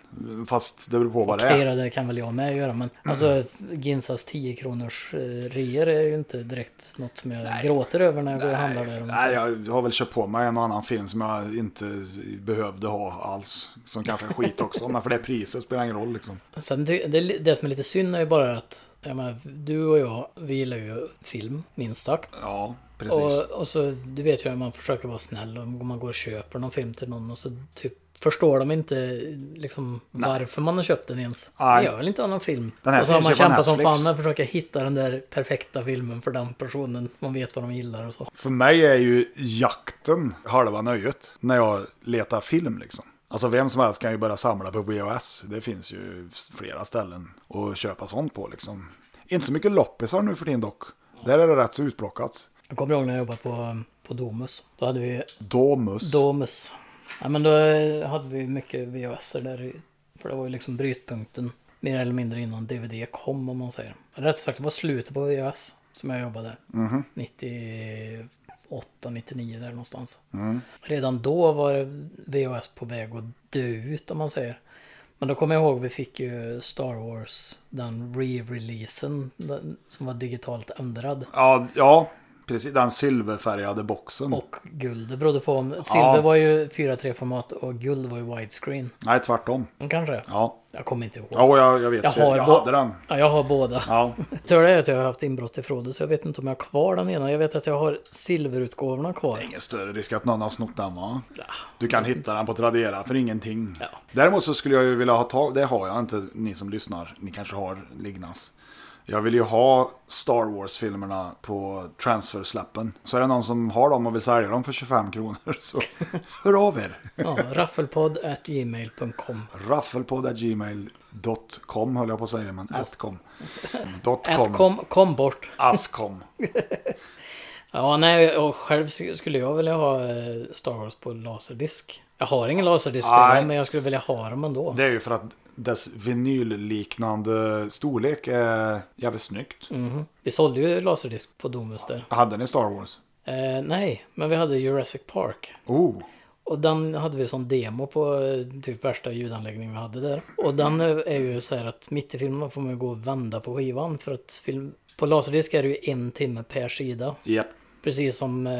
[SPEAKER 1] Fast det beror på vad det är. Mm.
[SPEAKER 2] Okej då, det kan väl jag med göra men alltså Ginsas 10 kronors eh, reor är ju inte direkt något som jag gråter över när jag går och handlar där. om jag säger.
[SPEAKER 1] Nej, jag har väl köpt på mig en och annan film som jag inte behövde ha alls. Som kanske är skit också, men för det priset spelar ingen roll liksom.
[SPEAKER 2] Sen ty- det, det som är lite synd är ju bara att jag menar, du och jag, vi gillar ju film, minst sagt.
[SPEAKER 1] Ja, precis.
[SPEAKER 2] Och, och så, du vet ju att man försöker vara snäll och man går och köper någon film till någon och så typ förstår de inte liksom varför man har köpt den ens.
[SPEAKER 1] Nej.
[SPEAKER 2] Jag vill inte ha någon film.
[SPEAKER 1] Den här
[SPEAKER 2] och så har
[SPEAKER 1] finns
[SPEAKER 2] man
[SPEAKER 1] ju på
[SPEAKER 2] kämpat som
[SPEAKER 1] Netflix.
[SPEAKER 2] fan med att försöka hitta den där perfekta filmen för den personen. Man vet vad de gillar och så.
[SPEAKER 1] För mig är ju jakten halva nöjet när jag letar film liksom. Alltså vem som helst kan ju börja samla på VHS. Det finns ju flera ställen att köpa sånt på liksom. Inte så mycket loppisar nu för din dock. Där är det rätt så utplockat.
[SPEAKER 2] Jag kommer ihåg när jag jobbade på, på Domus. Då hade vi
[SPEAKER 1] Domus.
[SPEAKER 2] Domus. Ja, men då eh, hade vi mycket VHS där. i- För det var ju liksom brytpunkten. Mer eller mindre innan DVD kom om man säger. Eller Rätt sagt det var slutet på VHS som jag jobbade. 98, 99 där någonstans. Redan då var det VHS på väg att dö ut om man säger. Men då kommer jag ihåg vi fick ju Star Wars, den re-releasen den som var digitalt ändrad.
[SPEAKER 1] Ja, ja, precis. Den silverfärgade boxen.
[SPEAKER 2] Och guld, det berodde på om... Silver
[SPEAKER 1] Mm. Ja.
[SPEAKER 2] var ju 4.3-format och guld var ju widescreen.
[SPEAKER 1] Nej, tvärtom.
[SPEAKER 2] Kanske.
[SPEAKER 1] Ja,
[SPEAKER 2] Jag kommer inte ihåg.
[SPEAKER 1] ja och jag, jag vet.
[SPEAKER 2] Jag
[SPEAKER 1] Jag,
[SPEAKER 2] har
[SPEAKER 1] jag
[SPEAKER 2] bo-
[SPEAKER 1] hade den.
[SPEAKER 2] Ja, jag har båda.
[SPEAKER 1] Ja.
[SPEAKER 2] Tur det är att jag har haft inbrott i Frode, så jag vet inte om jag har kvar den ena. Jag vet att jag har silverutgåvorna kvar.
[SPEAKER 1] Ingen större risk att någon har snott den va? Du kan hitta den på Tradera för ingenting.
[SPEAKER 2] Ja.
[SPEAKER 1] Däremot så skulle jag ju vilja ha tag, det har jag inte, ni som lyssnar, ni kanske har Lignas. Jag vill ju ha Star Wars-filmerna på transfersläppen. Så är det någon som har dem och vill sälja dem för 25 kronor så hör av er.
[SPEAKER 2] Ja, raffelpodd.gmail.com.
[SPEAKER 1] Raffelpodd.gmail.com höll jag på att säga, men atcom. Dot
[SPEAKER 2] Att
[SPEAKER 1] com.
[SPEAKER 2] kom, kom bort.
[SPEAKER 1] Ascom.
[SPEAKER 2] Ja, nej, och själv skulle jag vilja ha eh, Star Wars på laserdisk. Jag har ingen laserdisk,
[SPEAKER 1] Nej.
[SPEAKER 2] men jag skulle vilja ha dem ändå.
[SPEAKER 1] Det är ju för att dess vinylliknande storlek är jävligt snyggt.
[SPEAKER 2] Mhm. Vi sålde ju laserdisk på Domus där.
[SPEAKER 1] Hade ni Star Wars?
[SPEAKER 2] Eh, nej, men vi hade Jurassic Park.
[SPEAKER 1] Oh,
[SPEAKER 2] Och den hade vi som demo på eh, typ värsta ljudanläggningen vi hade där. Och den eh, är ju så här att mitt i filmen får man ju gå och vända på skivan för att film... På laserdisk är det ju en timme per sida.
[SPEAKER 1] japp.
[SPEAKER 2] Precis som eh,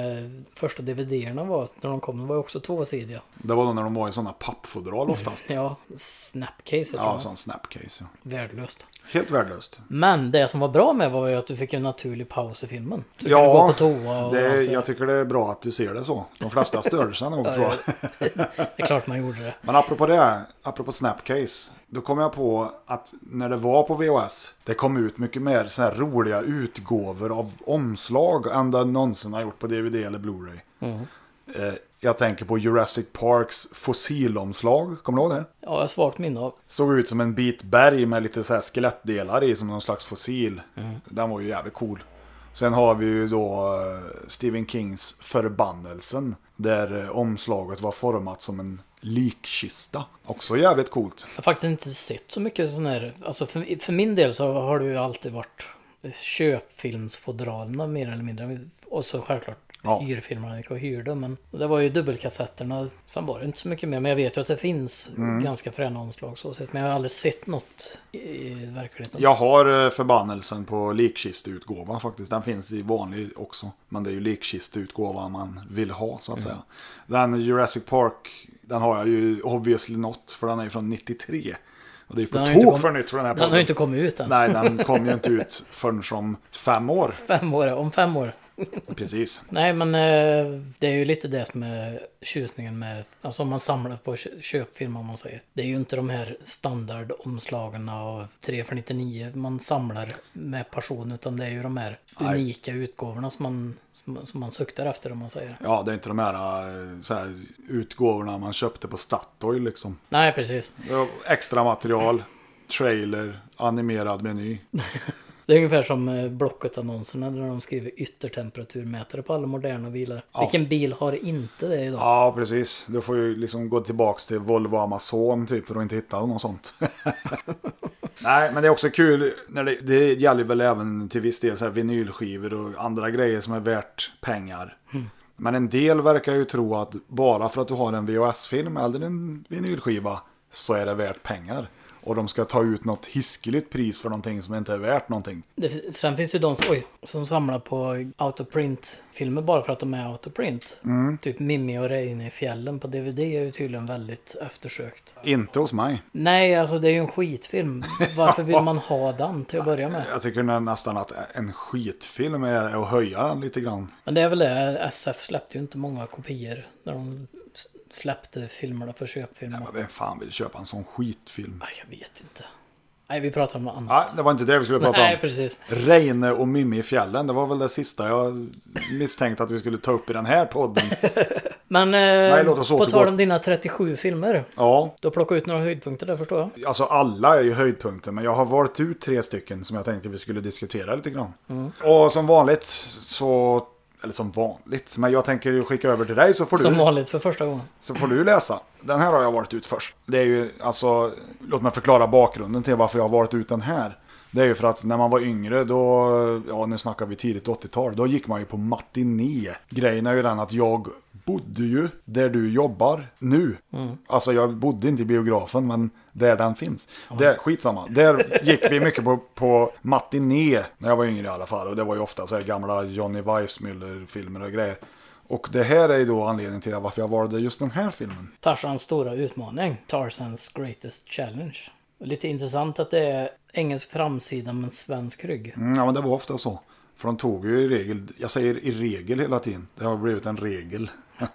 [SPEAKER 2] första DVD-erna var när de kom. De var ju också tvåsidiga.
[SPEAKER 1] Det var då när de var i sådana pappfodral oftast.
[SPEAKER 2] Ja, snapcase tror
[SPEAKER 1] Ja,
[SPEAKER 2] jag.
[SPEAKER 1] sån snapcase. ja.
[SPEAKER 2] Värdelöst.
[SPEAKER 1] Helt värdelöst.
[SPEAKER 2] Men det som var bra med var ju att du fick en naturlig paus i filmen. Så du kunde gå
[SPEAKER 1] Ja,
[SPEAKER 2] på toa och
[SPEAKER 1] det,
[SPEAKER 2] allt det.
[SPEAKER 1] jag tycker det är bra att du ser det så. De flesta stör sig nog tror jag.
[SPEAKER 2] det är klart man gjorde det.
[SPEAKER 1] Men apropå det, apropå Snapcase, då kom jag på att när det var på VHS, det kom ut mycket mer såna här roliga utgåvor av omslag än det någonsin har gjort på DVD eller Blu-ray. Eh, Jag tänker på Jurassic Parks fossilomslag, kommer du ihåg det?
[SPEAKER 2] Ja, jag har svagt minne av.
[SPEAKER 1] Såg ut som en bit berg med lite så här skelettdelar i, som någon slags fossil.
[SPEAKER 2] Mm.
[SPEAKER 1] Den var ju jävligt cool. Sen har vi ju då eh, Stephen Kings Förbannelsen. Där eh, omslaget var format som en likkista. Också jävligt coolt.
[SPEAKER 2] Jag har faktiskt inte sett så mycket sån här, alltså för, för min del så har det ju alltid varit köpfilmsfodralerna mer eller mindre. Och så självklart
[SPEAKER 1] Ja.
[SPEAKER 2] hyrfilmerna, gick och hyrde. Men det var ju dubbelkassetterna, sen var det inte så mycket mer. Men jag vet ju att det finns
[SPEAKER 1] Mm.
[SPEAKER 2] ganska fräna omslag så sett. Men jag har aldrig sett något i, i verkligheten.
[SPEAKER 1] Jag har eh, förbannelsen på likkisteutgåvan faktiskt. Den finns i vanlig också. Men det är ju likkisteutgåvan man vill ha så att
[SPEAKER 2] Mm.
[SPEAKER 1] säga. Den Jurassic Park, den har jag ju obviously nått för den är ju från 93. Och det är ju
[SPEAKER 2] den
[SPEAKER 1] på
[SPEAKER 2] har ju inte
[SPEAKER 1] tok
[SPEAKER 2] kom-
[SPEAKER 1] för nytt för den här
[SPEAKER 2] Den har ju inte kommit ut än.
[SPEAKER 1] Nej, den kom ju inte ut förrän som fem år.
[SPEAKER 2] Fem år, om fem år.
[SPEAKER 1] Precis.
[SPEAKER 2] Nej men eh, det är ju lite det som är tjusningen med, alltså om man samlar på kö- köpfilm om man säger. Det är ju inte de här standardomslagen av 3 för 99 man samlar med passion utan det är ju de här
[SPEAKER 1] Nej.
[SPEAKER 2] unika utgåvorna som man, som, som man suktar efter om man säger.
[SPEAKER 1] Ja, det är inte de här, eh, så här utgåvorna man köpte på Statoil liksom.
[SPEAKER 2] Nej precis.
[SPEAKER 1] Det var Extra material, trailer, animerad meny.
[SPEAKER 2] Det är ungefär som eh, Blocket-annonserna där de skriver yttertemperaturmätare på alla moderna bilar. Vilken bil har inte det idag?
[SPEAKER 1] Ja, precis. Du får ju liksom gå tillbaka till Volvo Amazon typ för att inte hitta något sånt. Nej, men det är också kul. När det, det gäller väl även till viss del så här vinylskivor och andra grejer som är värt pengar. Men en del verkar ju tro att bara för att du har en VHS-film eller en vinylskiva så är det värt pengar. Och de ska ta ut något hiskeligt pris för någonting som inte är värt någonting.
[SPEAKER 2] Det, sen finns det ju de som, oj, som samlar på autoprint-filmer bara för att de är autoprint.
[SPEAKER 1] Mm.
[SPEAKER 2] Typ Mimmi och Reine i fjällen på DVD är ju tydligen väldigt eftersökt.
[SPEAKER 1] Inte hos mig.
[SPEAKER 2] Nej, alltså det är ju en skitfilm. Varför vill man ha den till att börja med?
[SPEAKER 1] Jag tycker nästan att en skitfilm är att höja den lite grann.
[SPEAKER 2] Men det är väl det, SF släppte ju inte många kopior när de s- släppte filmerna på köpfilmer.
[SPEAKER 1] Men Vem fan vill köpa en sån skitfilm?
[SPEAKER 2] Nej, jag vet inte. Nej, vi pratar om något
[SPEAKER 1] Nej,
[SPEAKER 2] annat.
[SPEAKER 1] det var inte det vi skulle prata
[SPEAKER 2] Nej,
[SPEAKER 1] om.
[SPEAKER 2] precis.
[SPEAKER 1] Reine och Mimmi i fjällen, det var väl det sista jag misstänkte att vi skulle ta upp i den här podden.
[SPEAKER 2] Men eh,
[SPEAKER 1] låt oss
[SPEAKER 2] på
[SPEAKER 1] återgå.
[SPEAKER 2] tal om dina 37 filmer.
[SPEAKER 1] Ja,
[SPEAKER 2] Du har plockat ut några höjdpunkter där förstår jag.
[SPEAKER 1] alltså alla är ju höjdpunkter, men jag har valt ut tre stycken som jag tänkte vi skulle diskutera lite grann.
[SPEAKER 2] Mm.
[SPEAKER 1] Och som vanligt så, eller som vanligt, men jag tänker ju skicka över till dig så får
[SPEAKER 2] Som
[SPEAKER 1] du,
[SPEAKER 2] vanligt för första gången.
[SPEAKER 1] så får du läsa. Den här har jag valt ut först. Det är ju, alltså, låt mig förklara bakgrunden till varför jag har valt ut den här. Det är ju för att när man var yngre, då, ja nu snackar vi tidigt 80-tal, då gick man ju på matiné. Grejen är ju den att jag bodde ju där du jobbar nu. Alltså jag bodde inte i biografen, men där den finns. Där, skitsamma, där gick vi mycket på, på matiné när jag var yngre i alla fall. Och det var ju ofta så här gamla Johnny Weissmuller-filmer och grejer. Och det här är ju då anledningen till varför jag valde just den här filmen.
[SPEAKER 2] Tarzans stora utmaning, Tarzans greatest challenge. Och Lite intressant att det är engelsk framsida men svensk rygg.
[SPEAKER 1] Mm, ja, men det var ofta så. För de tog ju i regel, jag säger i regel hela tiden, det har blivit en regel.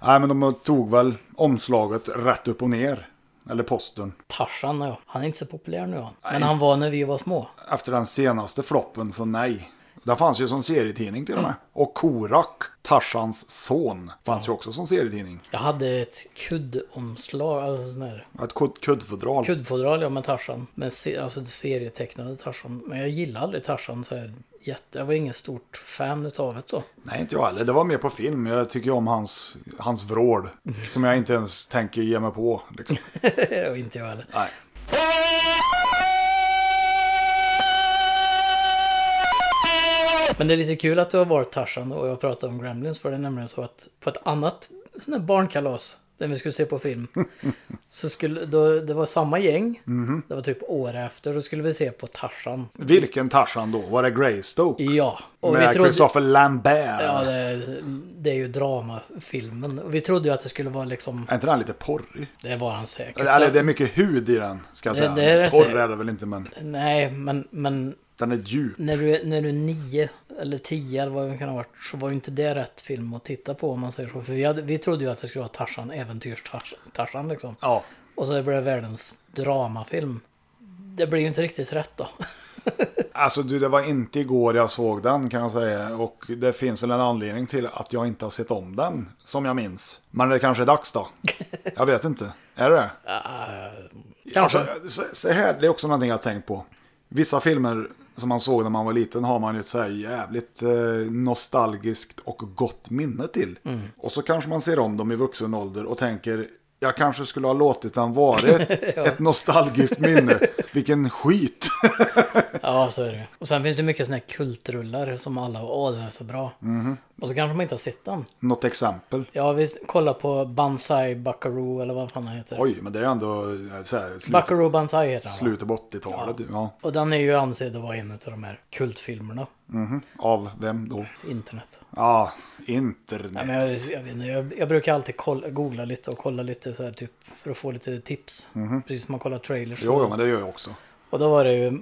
[SPEAKER 1] Nej, men de tog väl omslaget rätt upp och ner. Eller posten.
[SPEAKER 2] Tarzan, ja. Han är inte så populär nu han. Men han var när vi var små.
[SPEAKER 1] Efter den senaste floppen, så nej. Det fanns ju som serietidning till och med. Och Korak, Tarzans son, fanns ju också som serietidning.
[SPEAKER 2] Jag hade ett kuddomslag, alltså sån här
[SPEAKER 1] Ett kud- kuddfodral.
[SPEAKER 2] kuddfodral ja, med Tarzan. Med se, alltså det serietecknade Tarzan. Men jag gillade aldrig Tarzan så här jätte. Jag var ingen stort fan utav det så.
[SPEAKER 1] Nej, inte jag heller. Det var mer på film. Jag tycker ju om hans, hans vrål. Som jag inte ens tänker ge mig på. Liksom.
[SPEAKER 2] Och inte jag heller.
[SPEAKER 1] Nej.
[SPEAKER 2] Men det är lite kul att du har varit Tarzan och jag pratade om Gremlins för det är nämligen så att på ett annat sån här barnkalas där vi skulle se på film så skulle då, det var samma gäng.
[SPEAKER 1] Mhm.
[SPEAKER 2] Det var typ år efter då skulle vi se på Tarzan.
[SPEAKER 1] Vilken Tarzan då? Var det Greystoke?
[SPEAKER 2] Ja, och
[SPEAKER 1] Med
[SPEAKER 2] vi trodde
[SPEAKER 1] Christopher Lambert.
[SPEAKER 2] ja, det, det är ju dramafilmen och vi trodde ju att det skulle vara liksom
[SPEAKER 1] Är inte den lite porrig?
[SPEAKER 2] det var han säkert.
[SPEAKER 1] Eller, eller det är mycket hud i den, ska jag
[SPEAKER 2] Det-
[SPEAKER 1] säga.
[SPEAKER 2] det är det
[SPEAKER 1] Porr
[SPEAKER 2] säkert.
[SPEAKER 1] är det väl inte, men
[SPEAKER 2] Nej, men, men
[SPEAKER 1] den är djup.
[SPEAKER 2] när du, när du är nio eller tio eller vad det kan ha varit så var ju inte det rätt film att titta på om man säger så. För vi, hade, vi trodde ju att det skulle vara Tarzan, äventyrs-Tarzan liksom.
[SPEAKER 1] Ja.
[SPEAKER 2] Och så blev det världens dramafilm. Det blir ju inte riktigt rätt då.
[SPEAKER 1] Alltså du, det var inte igår jag såg den kan jag säga. Och det finns väl en anledning till att jag inte har sett om den, som jag minns. Men det kanske är dags då. Jag vet inte. Är det det? Alltså, så, så här, det är också någonting jag har tänkt på. Vissa filmer som man såg när man var liten har man ju ett så här jävligt eh, nostalgiskt och gott minne till. Och så kanske man ser om dem i vuxen ålder och tänker Jag kanske skulle ha låtit den vara ett, ett nostalgiskt minne. Vilken skit!
[SPEAKER 2] Ja, så är det ju. Och sen finns det mycket sådana här kultrullar som alla, åh den är så bra.
[SPEAKER 1] Mhm.
[SPEAKER 2] Och så kanske man inte har sett den.
[SPEAKER 1] Något exempel.
[SPEAKER 2] Ja, vi kollar på Banzai Buckaroo eller vad fan han heter.
[SPEAKER 1] Oj, men det är ändå eh, så här, slut,
[SPEAKER 2] Buckaroo Banzai heter han. va?
[SPEAKER 1] slutet på 80-talet. Ja.
[SPEAKER 2] Och den är ju ansedd att vara en av de här kultfilmerna.
[SPEAKER 1] Av vem då?
[SPEAKER 2] Internet.
[SPEAKER 1] Ja, internet.
[SPEAKER 2] Nej, men jag, jag, vet inte, jag, jag brukar alltid kolla, googla lite och kolla lite så här typ för att få lite tips. Precis som man kollar trailers.
[SPEAKER 1] Mhm. Jo, jo, men det gör jag också.
[SPEAKER 2] Och då var det ju,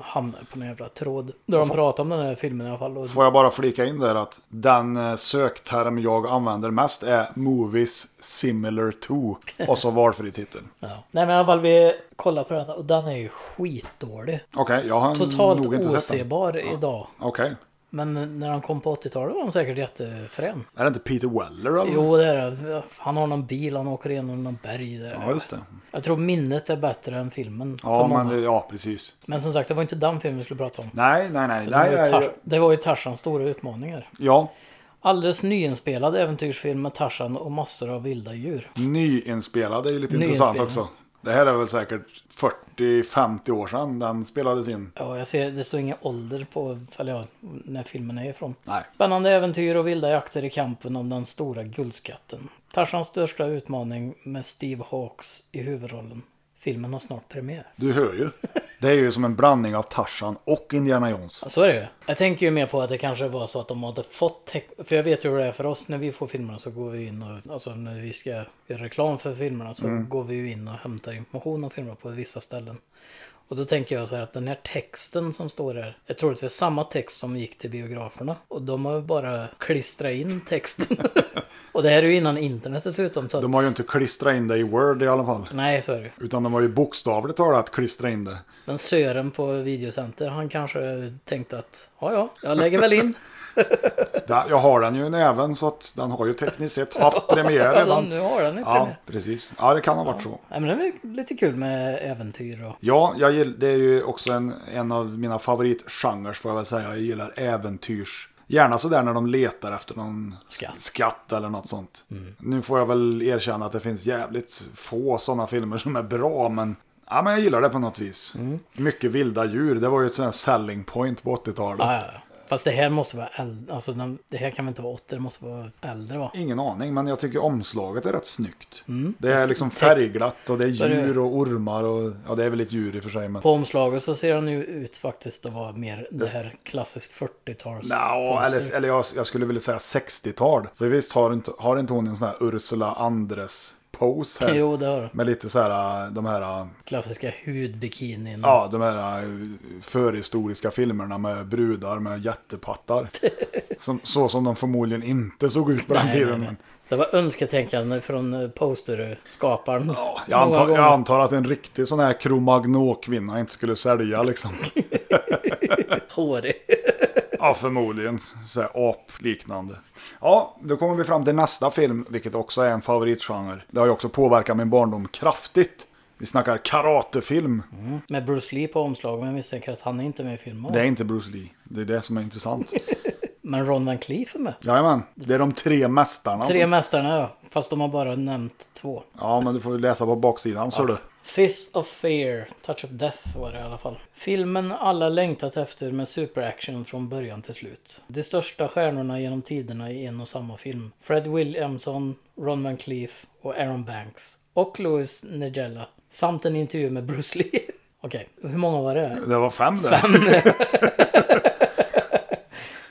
[SPEAKER 2] hamnade på någon jävla tråd. Där de pratade om den här filmen i alla fall. Och,
[SPEAKER 1] Får jag bara flika in där att den eh, sökterm jag använder mest är Movies Similar To. Och så valfri titel.
[SPEAKER 2] ja. Nej men i alla fall vi kollar på den och den är ju skitdålig.
[SPEAKER 1] Okej, jag har
[SPEAKER 2] Totalt
[SPEAKER 1] Mm, nog inte sett den.
[SPEAKER 2] osebar idag.
[SPEAKER 1] Okej.
[SPEAKER 2] Men när han kom på 80-talet var han säkert jättefrän.
[SPEAKER 1] Är det inte Peter Weller alltså?
[SPEAKER 2] Jo det är det. Han har någon bil, han åker igenom någon berg där.
[SPEAKER 1] Ja, just det.
[SPEAKER 2] Jag tror minnet är bättre än filmen.
[SPEAKER 1] Ja,
[SPEAKER 2] för många.
[SPEAKER 1] men, det- ja, precis.
[SPEAKER 2] men som sagt, det var inte den filmen vi skulle prata om.
[SPEAKER 1] Nej, nej, nej.
[SPEAKER 2] Det var,
[SPEAKER 1] nej
[SPEAKER 2] ju
[SPEAKER 1] jag,
[SPEAKER 2] Tar- det var ju Tarzans stora utmaningar.
[SPEAKER 1] ja,
[SPEAKER 2] Alldeles nyinspelad äventyrsfilm med Tarzan och massor av vilda djur.
[SPEAKER 1] nyinspelad är ju lite
[SPEAKER 2] Nyinspelad.
[SPEAKER 1] intressant också. Det här är väl säkert 40-50 år sedan den spelades in.
[SPEAKER 2] Ja, jag ser, det står ingen ålder på eller ja, när filmen är ifrån.
[SPEAKER 1] Nej.
[SPEAKER 2] Spännande äventyr och vilda jakter i kampen om den stora guldskatten. Tarzans största utmaning med Steve Hawks i huvudrollen. Filmen har snart premiär.
[SPEAKER 1] Du hör ju. Det är ju som en blandning av Tarzan och Indiana Jones.
[SPEAKER 2] Ja, så är det ju. Jag tänker ju mer på att det kanske var så att de hade fått teck- För jag vet ju hur det är för oss när vi får filmerna så går vi in och... Alltså när vi ska göra reklam för filmerna så
[SPEAKER 1] Mm.
[SPEAKER 2] går vi ju in och hämtar information om filmerna på vissa ställen. Och då tänker jag så här att den här texten som står här är troligtvis samma text som gick till biograferna. Och de har ju bara klistrat in texten. och det här är ju innan internet dessutom. Så att...
[SPEAKER 1] De har ju inte klistrat in det i Word i alla fall.
[SPEAKER 2] Nej, så är det ju.
[SPEAKER 1] Utan de har ju bokstavligt talat klistrat in det.
[SPEAKER 2] Men Sören på videocenter, han kanske tänkte att ja, ja, jag lägger väl in.
[SPEAKER 1] Där- Jag har den ju i näven så att den har ju tekniskt sett haft premiär
[SPEAKER 2] Redan.
[SPEAKER 1] redan.
[SPEAKER 2] Nu har den i premiär.
[SPEAKER 1] Ja, precis. Ja, det kan ha varit så.
[SPEAKER 2] Ja, men det är väl lite kul med äventyr och...
[SPEAKER 1] Ja, jag gill, det är ju också en, en av mina favoritgenrer får jag väl säga. Jag gillar äventyrs. Gärna sådär när de letar efter någon
[SPEAKER 2] Skatt. Mm.
[SPEAKER 1] skatt eller något sånt. Nu får jag väl erkänna att det finns jävligt få sådana filmer som är bra, men, ja, men jag gillar det på något vis.
[SPEAKER 2] Mm.
[SPEAKER 1] Mycket vilda djur, det var ju ett sånt här selling point på 80-talet.
[SPEAKER 2] Ja, ja, ja. Fast det här måste vara äldre. Alltså, den- det här kan väl inte vara 80, det måste vara äldre va?
[SPEAKER 1] Ingen aning, men jag tycker omslaget är rätt snyggt. Det är liksom färgglatt och det är
[SPEAKER 2] är det-
[SPEAKER 1] djur och ormar och, ja det är väl ett djur i och för sig, men...
[SPEAKER 2] På omslaget så ser den ju ut faktiskt att vara mer det här klassiskt 40-tals...
[SPEAKER 1] No,
[SPEAKER 2] poster.
[SPEAKER 1] eller, eller jag, jag skulle vilja säga 60-tal. För visst har inte, har inte hon en sån här Ursula Andres-pose här?
[SPEAKER 2] Jo, det har den.
[SPEAKER 1] Med lite så här, de här,
[SPEAKER 2] Klassiska hudbikinin.
[SPEAKER 1] ja, de här eh, förhistoriska filmerna med brudar med jättepattar. Som, så som de förmodligen inte såg ut på den
[SPEAKER 2] Nej,
[SPEAKER 1] tiden.
[SPEAKER 2] nej, nej.
[SPEAKER 1] Men,
[SPEAKER 2] Det var önsketänkande från eh, posterskaparen.
[SPEAKER 1] ja, jag,
[SPEAKER 2] Många
[SPEAKER 1] antar, jag
[SPEAKER 2] gånger.
[SPEAKER 1] antar att en riktig sån här Cro-Magnon-kvinna inte skulle sälja liksom.
[SPEAKER 2] Hårig.
[SPEAKER 1] Ja, förmodligen. Så här apliknande. Ja, då kommer vi fram till nästa film, vilket också är en favoritgenre. Det har ju också påverkat min barndom kraftigt. Vi snackar karatefilm.
[SPEAKER 2] Med Bruce Lee på omslaget, men jag misstänker att han är inte med i filmen.
[SPEAKER 1] Det är inte Bruce Lee. Det är det som är intressant.
[SPEAKER 2] Men Ron Van Cleef är med.
[SPEAKER 1] Jajamän, det är de tre mästarna.
[SPEAKER 2] Tre
[SPEAKER 1] som-
[SPEAKER 2] mästarna, ja. Fast de har bara nämnt två.
[SPEAKER 1] Ja, men du får ju läsa på baksidan, så du.
[SPEAKER 2] Fist of Fear, Touch of Death var det i alla fall. Filmen alla längtat efter med superaction från början till slut. De största stjärnorna genom tiderna i en och samma film. Fred Williamson, Ron Van Cleef och Aaron Banks. Och Louis Nigella. Samt en intervju med Bruce Lee. Okej, hur många var det?
[SPEAKER 1] Det var fem där.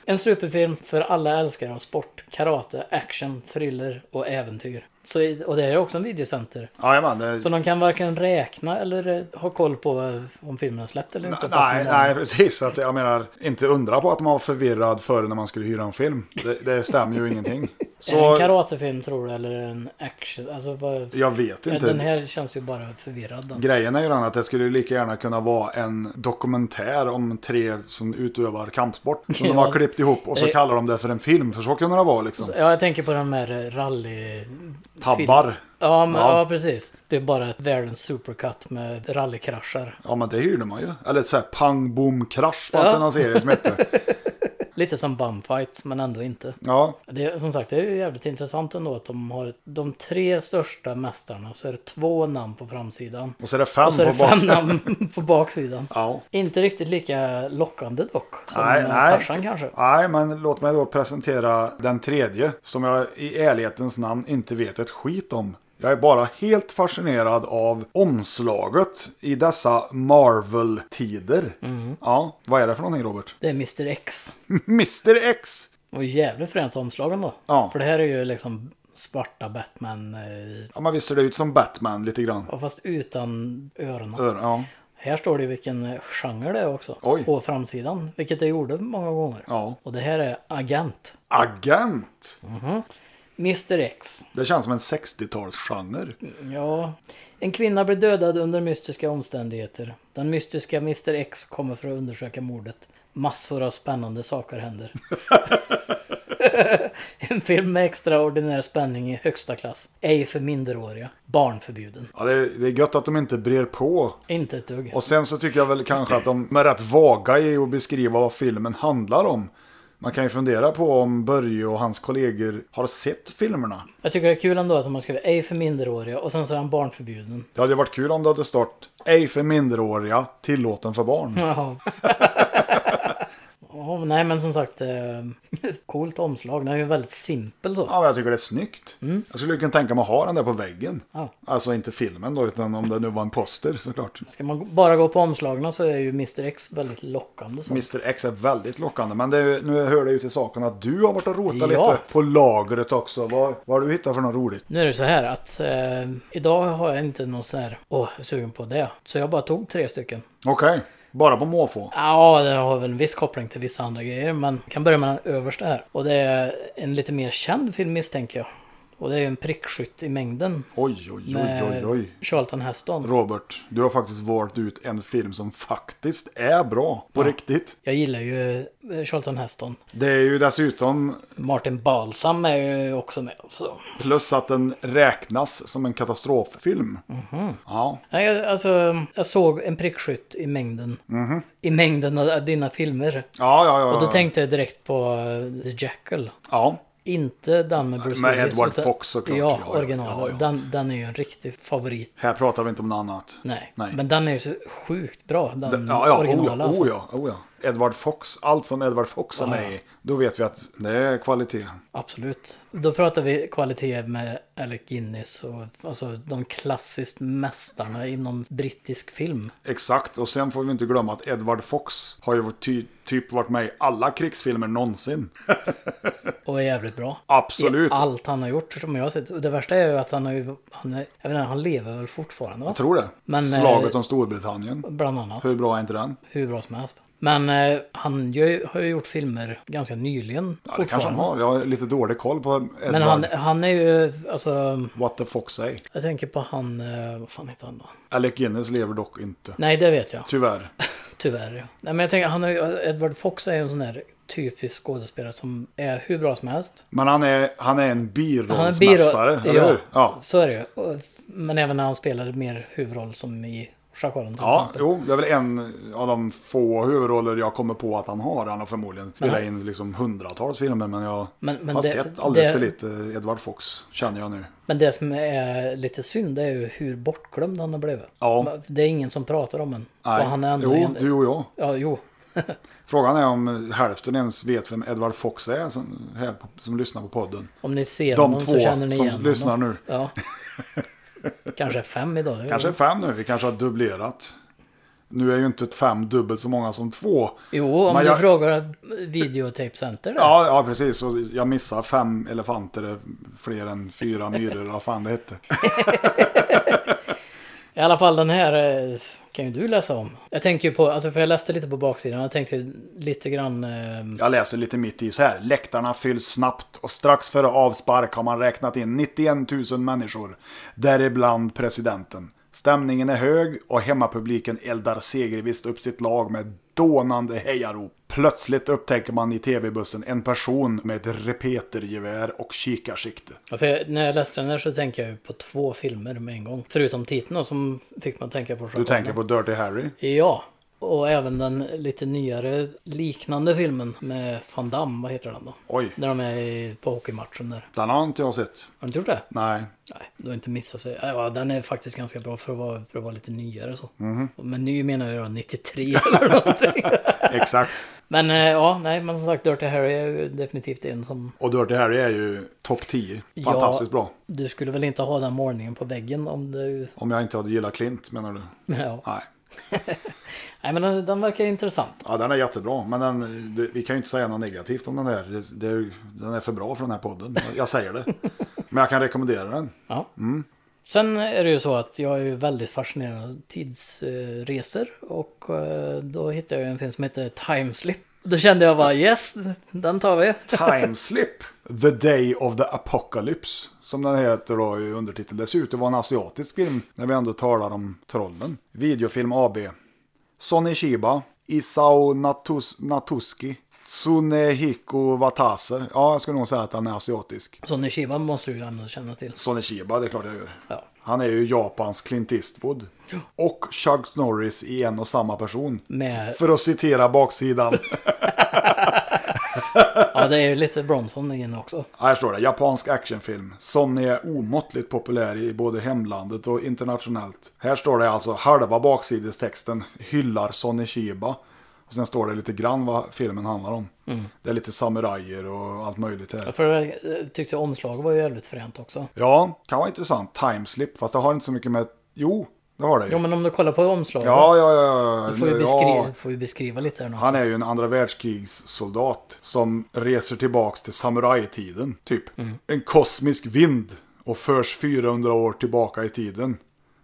[SPEAKER 2] En superfilm för alla älskare av sport, karate, action, thriller och äventyr. Så, i- och det är också en videocenter.
[SPEAKER 1] Jajamän, det...
[SPEAKER 2] Så de kan varken räkna eller eh, ha koll på eh, om filmen är släppt eller inte. fast
[SPEAKER 1] Nej,
[SPEAKER 2] de har-
[SPEAKER 1] nej, precis. Alltså, jag menar, inte undra på att man var förvirrad före när man skulle hyra en film. Det, det stämmer ju ingenting.
[SPEAKER 2] Är det en
[SPEAKER 1] Så
[SPEAKER 2] karatefilm tror du eller en action? Alltså, vad...
[SPEAKER 1] jag vet inte.
[SPEAKER 2] Den här känns ju bara förvirrad. Den.
[SPEAKER 1] Grejen är ju den att det skulle ju lika gärna kunna vara en dokumentär om tre som utövar kampsport. Som de
[SPEAKER 2] Ja.
[SPEAKER 1] har klippt ihop och så
[SPEAKER 2] Eh.
[SPEAKER 1] kallar de det för en film. För så kunde det vara liksom.
[SPEAKER 2] Ja, jag tänker på de här eh, rally...
[SPEAKER 1] Tabbar.
[SPEAKER 2] Ja, men, ja.
[SPEAKER 1] Ja.
[SPEAKER 2] precis. Det är bara ett världens supercut med rallykrascher.
[SPEAKER 1] Ja men det hyrde man ju. Eller så här pang bom krasch fast
[SPEAKER 2] Ja.
[SPEAKER 1] ja. en serie som hette.
[SPEAKER 2] Lite som Bumfights, men ändå inte.
[SPEAKER 1] Ja,
[SPEAKER 2] Det, är- som sagt, det är ju jävligt intressant ändå att de har de tre största mästarna så är det två namn på framsidan.
[SPEAKER 1] och så är det fem
[SPEAKER 2] Och så är det
[SPEAKER 1] på basen.
[SPEAKER 2] fem namn på baksidan.
[SPEAKER 1] Ja.
[SPEAKER 2] Inte riktigt lika lockande dock. Som
[SPEAKER 1] Nej,
[SPEAKER 2] eh,
[SPEAKER 1] nej.
[SPEAKER 2] Tarzan kanske.
[SPEAKER 1] Nej, men låt mig då presentera den tredje som jag i ärlighetens namn inte vet ett skit om. Jag är bara helt fascinerad av omslaget i dessa Marvel-tider.
[SPEAKER 2] Mm.
[SPEAKER 1] Ja, vad är det för någonting Robert?
[SPEAKER 2] Det är Mr X.
[SPEAKER 1] Mr X!
[SPEAKER 2] Och jävligt fränt omslagen då.
[SPEAKER 1] Ja.
[SPEAKER 2] För det här är ju liksom svarta Batman. eh,
[SPEAKER 1] Ja, man visst ser det ut som Batman lite grann.
[SPEAKER 2] ja, Fast utan öronen.
[SPEAKER 1] Ör- Ja,
[SPEAKER 2] Här står det ju vilken eh, genre det är också.
[SPEAKER 1] Oj.
[SPEAKER 2] På framsidan. Vilket det gjorde många gånger.
[SPEAKER 1] ja.
[SPEAKER 2] Och det här är Agent.
[SPEAKER 1] Agent!
[SPEAKER 2] Mr X.
[SPEAKER 1] Det känns som en 60-talsgenre.
[SPEAKER 2] Ja. En kvinna blir dödad under mystiska omständigheter. Den mystiska Mr X kommer för att undersöka mordet. Massor av spännande saker händer. en film med extraordinär spänning i högsta klass. Ej för minderåriga. Barnförbjuden.
[SPEAKER 1] Ja, det, är, det är gött att de inte brer på.
[SPEAKER 2] Inte ett dugg.
[SPEAKER 1] Och sen så tycker jag väl kanske att de är rätt vaga i att beskriva vad filmen handlar om. Man kan ju fundera på om Börje och hans kollegor har sett filmerna.
[SPEAKER 2] Jag tycker det är kul ändå att de har skrivit ej för minderåriga och sen så är han barnförbjuden.
[SPEAKER 1] Det hade ju varit kul om det hade stått ej för minderåriga, tillåten för barn.
[SPEAKER 2] Ja. Ja, men nej men som sagt, eh, coolt omslag. Den är ju väldigt simpel då.
[SPEAKER 1] Ja, men jag tycker det är snyggt. Jag skulle kunna tänka mig att ha den där på väggen.
[SPEAKER 2] Mm. Ja.
[SPEAKER 1] Alltså inte filmen då, utan om det nu var en poster såklart.
[SPEAKER 2] Ska man bara gå på omslagen så är ju Mr X väldigt lockande. Så.
[SPEAKER 1] Mr X är väldigt lockande, men det är, ju- nu hör det ju till saken att du har varit och rotat
[SPEAKER 2] Ja.
[SPEAKER 1] lite på lagret också. Vad, vad har du hittat för något roligt?
[SPEAKER 2] Nu är det så här att eh, idag har jag inte någon sån här, åh, jag är sugen på det. Så jag bara tog tre stycken.
[SPEAKER 1] Okej, bara på måfå.
[SPEAKER 2] Ja, det har väl en viss koppling till vissa andra grejer, men jag kan börja med den översta här. Och det är en lite mer känd film misstänker jag. Och det är ju en prickskytt i mängden.
[SPEAKER 1] Oj, oj, oj,
[SPEAKER 2] med
[SPEAKER 1] oj, oj.
[SPEAKER 2] Charlton Heston.
[SPEAKER 1] Robert, du har faktiskt valt ut en film som faktiskt är bra på riktigt.
[SPEAKER 2] Jag gillar ju eh, Charlton Heston.
[SPEAKER 1] Det är ju dessutom
[SPEAKER 2] Martin Balsam är ju också med. Så.
[SPEAKER 1] plus att den räknas som en katastroffilm.
[SPEAKER 2] Mhm.
[SPEAKER 1] Ja,
[SPEAKER 2] Nej, jag- alltså, jag såg en prickskytt i mängden. I mängden av dina filmer.
[SPEAKER 1] ja, ja, ja.
[SPEAKER 2] Och då
[SPEAKER 1] Mhm. ja.
[SPEAKER 2] tänkte jag direkt på eh, The Jackal.
[SPEAKER 1] ja.
[SPEAKER 2] Inte den med Bruce
[SPEAKER 1] Med
[SPEAKER 2] Willis.
[SPEAKER 1] Edward
[SPEAKER 2] utan-
[SPEAKER 1] Fox såklart. Ja,
[SPEAKER 2] Ja,
[SPEAKER 1] ja,
[SPEAKER 2] originalet.
[SPEAKER 1] ja, ja.
[SPEAKER 2] Den, den är ju en riktig favorit.
[SPEAKER 1] Här pratar vi inte om något annat.
[SPEAKER 2] Nej.
[SPEAKER 1] Nej.
[SPEAKER 2] men den är ju så sjukt bra. Den
[SPEAKER 1] Ja, ja,
[SPEAKER 2] originala.
[SPEAKER 1] oh ja,
[SPEAKER 2] alltså.
[SPEAKER 1] oh ja, oh ja. Edward Fox, allt som Edward Fox är med i, då vet vi att det är kvalitet.
[SPEAKER 2] Absolut. Då pratar vi kvalitet med Alec Guinness och alltså, de klassiskt mästarna inom brittisk film.
[SPEAKER 1] Exakt, och sen får vi inte glömma att Edward Fox har ju ty- typ varit med i alla krigsfilmer någonsin.
[SPEAKER 2] Och är jävligt bra.
[SPEAKER 1] Absolut.
[SPEAKER 2] I allt han har gjort som jag har sett. Och det värsta är ju att han har ju, han, är, jag vet inte, han lever väl fortfarande va?
[SPEAKER 1] Jag tror det.
[SPEAKER 2] Men,
[SPEAKER 1] Slaget
[SPEAKER 2] eh,
[SPEAKER 1] om Storbritannien.
[SPEAKER 2] Bland annat.
[SPEAKER 1] Hur bra är inte den?
[SPEAKER 2] Hur bra som helst. Men eh, han gör, ju- har ju gjort filmer ganska nyligen.
[SPEAKER 1] Ja, det kanske han har. Jag har lite dålig koll på Edward.
[SPEAKER 2] Men han, han är ju, alltså,
[SPEAKER 1] What the fuck say?
[SPEAKER 2] jag tänker på han, eh, vad fan heter han då?
[SPEAKER 1] Alec Guinness lever dock inte.
[SPEAKER 2] Nej, det vet jag.
[SPEAKER 1] Tyvärr.
[SPEAKER 2] Tyvärr. ja. Nej, men jag tänker, han har ju, Edward Fox är ju en sån där typisk skådespelare som är hur bra som helst.
[SPEAKER 1] Men han är, han är en
[SPEAKER 2] Han är biro-
[SPEAKER 1] birollsmästare, eller hur? Ja.
[SPEAKER 2] så är det ju. Och- Men även när han spelade mer huvudroll som i Schackholm till
[SPEAKER 1] Ja,
[SPEAKER 2] exempel.
[SPEAKER 1] jo, det är väl en av de få huvudroller jag kommer på att han har. Han har förmodligen spelat
[SPEAKER 2] Nej.
[SPEAKER 1] in liksom hundratals filmer, men jag
[SPEAKER 2] Men- men
[SPEAKER 1] har
[SPEAKER 2] det-
[SPEAKER 1] sett alldeles
[SPEAKER 2] det-
[SPEAKER 1] för lite Edward Fox, känner jag nu.
[SPEAKER 2] Men det som är lite synd det är ju hur bortglömd han har blivit.
[SPEAKER 1] Ja.
[SPEAKER 2] Det är ingen som pratar om honom.
[SPEAKER 1] Nej.
[SPEAKER 2] Och han är ändå
[SPEAKER 1] jo,
[SPEAKER 2] en...
[SPEAKER 1] du och jag.
[SPEAKER 2] Ja, jo.
[SPEAKER 1] Frågan är om hälften ens vet vem Edward Fox är som, här, på- som lyssnar på podden.
[SPEAKER 2] Om ni ser
[SPEAKER 1] De
[SPEAKER 2] honom
[SPEAKER 1] två
[SPEAKER 2] så känner ni
[SPEAKER 1] som
[SPEAKER 2] igen honom.
[SPEAKER 1] lyssnar nu.
[SPEAKER 2] Ja. Kanske fem idag. jo.
[SPEAKER 1] Kanske fem nu, vi kanske har dubblerat. Nu är ju inte ett fem dubbelt så många som två.
[SPEAKER 2] Jo, om
[SPEAKER 1] Men
[SPEAKER 2] du
[SPEAKER 1] jag-
[SPEAKER 2] frågar Videotape Center där.
[SPEAKER 1] Ja, ja precis. Och jag missar fem elefanter är fler än fyra myror, eller vad fan det hette.
[SPEAKER 2] I alla fall den här eh, kan ju du läsa om. Jag tänker ju på, alltså för jag läste lite på baksidan. Jag tänkte lite grann... Eh,
[SPEAKER 1] Jag läser lite mitt i så här. Läktarna fylls snabbt och strax före avspark har man räknat in 91 000 människor, däribland presidenten. Stämningen är hög och hemmapubliken eldar segervisst upp sitt lag med dånande hejarop. Plötsligt upptäcker man i tv-bussen en person med ett repetergevär och kikarsikte.
[SPEAKER 2] för jag, när jag läste den här så tänkte jag ju på två filmer med en gång. Förutom titeln då, som fick man tänka på.
[SPEAKER 1] Du tänker på Dirty Harry?
[SPEAKER 2] Ja. Och även den lite nyare liknande filmen med Van Damme, vad heter den då?
[SPEAKER 1] Oj,
[SPEAKER 2] När de är i- på hockeymatchen där.
[SPEAKER 1] den har inte jag sett.
[SPEAKER 2] Har du inte gjort det?
[SPEAKER 1] Nej,
[SPEAKER 2] Nej, du har inte missat sig. Ja, den är faktiskt ganska bra för att vara, för att vara lite nyare så. Men ny menar jag då 93 eller någonting.
[SPEAKER 1] exakt.
[SPEAKER 2] Men eh, ja, nej, men som sagt Dirty Harry är ju definitivt en som...
[SPEAKER 1] Och Dirty Harry är ju topp 10.
[SPEAKER 2] Ja.
[SPEAKER 1] Fantastiskt bra.
[SPEAKER 2] Du skulle väl inte ha den målningen på väggen om du...
[SPEAKER 1] Om jag inte hade gillat Clint menar du?
[SPEAKER 2] Ja.
[SPEAKER 1] Nej.
[SPEAKER 2] Nej, men den, den verkar intressant.
[SPEAKER 1] Ja, den är jättebra. Men den, det- vi kan ju inte säga något negativt om den här. Det, det, är ju- den är för bra för den här podden. Jag- Jag säger det. Men jag kan rekommendera den.
[SPEAKER 2] Ja.
[SPEAKER 1] Mm.
[SPEAKER 2] Sen är det ju så att jag är ju väldigt fascinerad av tidsresor och eh, då hittade jag en film som heter Timeslip. Då kände jag bara yes, den tar vi.
[SPEAKER 1] Timeslip. The Day of the Apocalypse. Som den heter då i undertitel. Det ser ut att vara en asiatisk film. När vi ändå talar om trollen. Videofilm AB. Sonny Shiba. Isao Natus- Natuski. Tsunehiko Watase. Ja, jag skulle nog säga att han är asiatisk.
[SPEAKER 2] Sonny Shiba måste du ju ändå känna till.
[SPEAKER 1] Sonny Shiba, det är klart jag gör.
[SPEAKER 2] Ja.
[SPEAKER 1] Han är ju Japans Clint Eastwood. Och Chuck Norris i en och samma person.
[SPEAKER 2] Med-
[SPEAKER 1] För att citera baksidan.
[SPEAKER 2] ja, det är ju lite Bronson inne också.
[SPEAKER 1] Här står det, japansk actionfilm. Som är omåttligt populär i både hemlandet och internationellt. Här står det alltså halva baksidestexten hyllar Sonny Shiba. Och sen står det lite grann vad filmen handlar om.
[SPEAKER 2] Mm.
[SPEAKER 1] Det är lite samurajer och allt möjligt här.
[SPEAKER 2] För jag eh, tyckte omslaget var ju jävligt fränt också.
[SPEAKER 1] Ja, kan vara intressant. Timeslip, fast det har inte så mycket med... Jo, det har det ju.
[SPEAKER 2] Jo, men om du kollar på omslaget.
[SPEAKER 1] Ja, ja, ja.
[SPEAKER 2] Får vi
[SPEAKER 1] ja.
[SPEAKER 2] beskriva, får vi beskriva lite här nu.
[SPEAKER 1] Han är ju en andra världskrigssoldat som reser tillbaks till samurajtiden, typ. En kosmisk vind och förs 400 år tillbaka i tiden.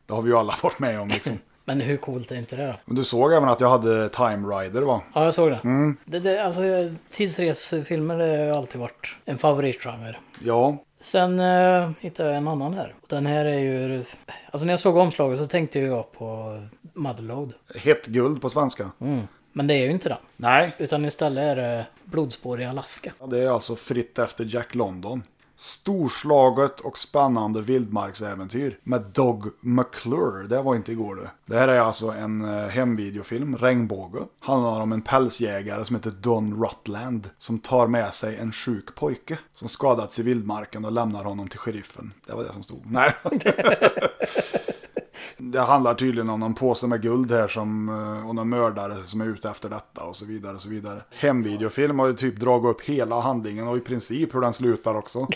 [SPEAKER 1] Det har vi ju alla varit med om liksom.
[SPEAKER 2] Men hur coolt är inte det då?
[SPEAKER 1] Men du såg även att jag hade Time Rider va?
[SPEAKER 2] Ja, jag såg det.
[SPEAKER 1] Mm.
[SPEAKER 2] det, det alltså, jag- tidsresefilmer det har ju alltid varit en favoritgenre.
[SPEAKER 1] Ja,
[SPEAKER 2] Sen eh, hittade jag en annan här. Den här är ju... Alltså när jag såg omslaget så tänkte ju jag på Motherload.
[SPEAKER 1] hett guld på svenska.
[SPEAKER 2] Men det är ju inte den.
[SPEAKER 1] Nej.
[SPEAKER 2] Utan istället är det Blodspår i Alaska.
[SPEAKER 1] Ja, Det är alltså fritt efter Jack London. Storslaget och spännande vildmarksäventyr med Doug McClure. Det var inte igår det. Det här är alltså en eh, hemvideofilm, Regnbåge. Handlar om en pälsjägare som heter Don Rutland som tar med sig en sjuk pojke som skadats i vildmarken och lämnar honom till sheriffen. Det var det som stod. Nej. Det handlar tydligen om någon påse med guld här som, eh, och någon mördare som är ute efter detta och så vidare. Och så vidare. Hemvideofilm har ju typ dragit upp hela handlingen och i princip hur den slutar också.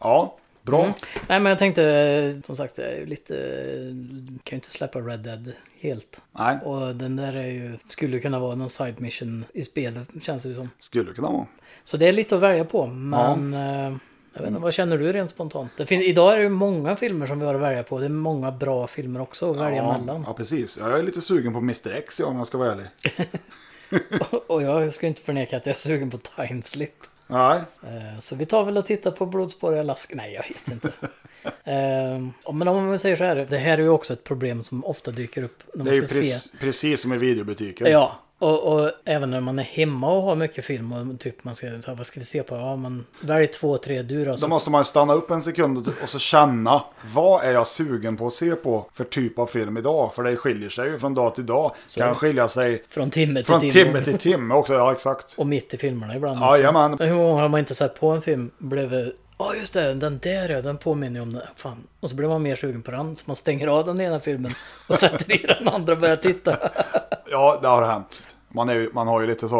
[SPEAKER 1] Ja, bra.
[SPEAKER 2] Nej men jag tänkte, eh, som sagt, jag är ju lite... eh, Kan ju inte släppa Red Dead helt.
[SPEAKER 1] Nej,
[SPEAKER 2] Och den där är ju, skulle kunna vara någon side mission i spelet känns det ju som.
[SPEAKER 1] skulle kunna vara.
[SPEAKER 2] Så det är lite att välja på. Men eh, jag vet inte, vad känner du rent spontant? Det fin- idag är det ju många filmer som vi har att välja på. Det är många bra filmer också att välja
[SPEAKER 1] Ja,
[SPEAKER 2] mellan.
[SPEAKER 1] ja, precis. Jag är lite sugen på Mr X ja, om jag ska vara ärlig.
[SPEAKER 2] Och jag ska ju inte förneka att jag är sugen på Timeslip.
[SPEAKER 1] Nej,
[SPEAKER 2] Eh, Så vi tar väl och tittar på blodspår i Alaska. Nej, jag vet inte. Eh, ja, Men om vi säger så här, det här är ju också ett problem som ofta dyker upp när
[SPEAKER 1] det är ju
[SPEAKER 2] man ska se.
[SPEAKER 1] precis, precis som i videobutiken.
[SPEAKER 2] Ja, och, och även när man är hemma och har mycket film och typ man ska, så här, vad ska vi se på? Ja, men välj två, tre alltså, du då.
[SPEAKER 1] Då
[SPEAKER 2] Så,
[SPEAKER 1] måste man ju stanna upp en sekund och så känna vad är jag sugen på att se på för typ av film idag? För det skiljer sig ju från dag till dag. Kan skilja sig
[SPEAKER 2] från timme till
[SPEAKER 1] Från
[SPEAKER 2] timme.
[SPEAKER 1] timme till timme också, ja exakt.
[SPEAKER 2] Och mitt i filmerna ibland
[SPEAKER 1] Ja,
[SPEAKER 2] också.
[SPEAKER 1] jajamän.
[SPEAKER 2] Men hur många gånger har man inte sett på en film blev Ja just det, den där ja, den påminner ju om den. Fan. Och så blir man mer sugen på den. Så man stänger av den ena filmen och sätter i den andra och börjar titta.
[SPEAKER 1] Ja, det har hänt. Man, är, ju- man har ju lite så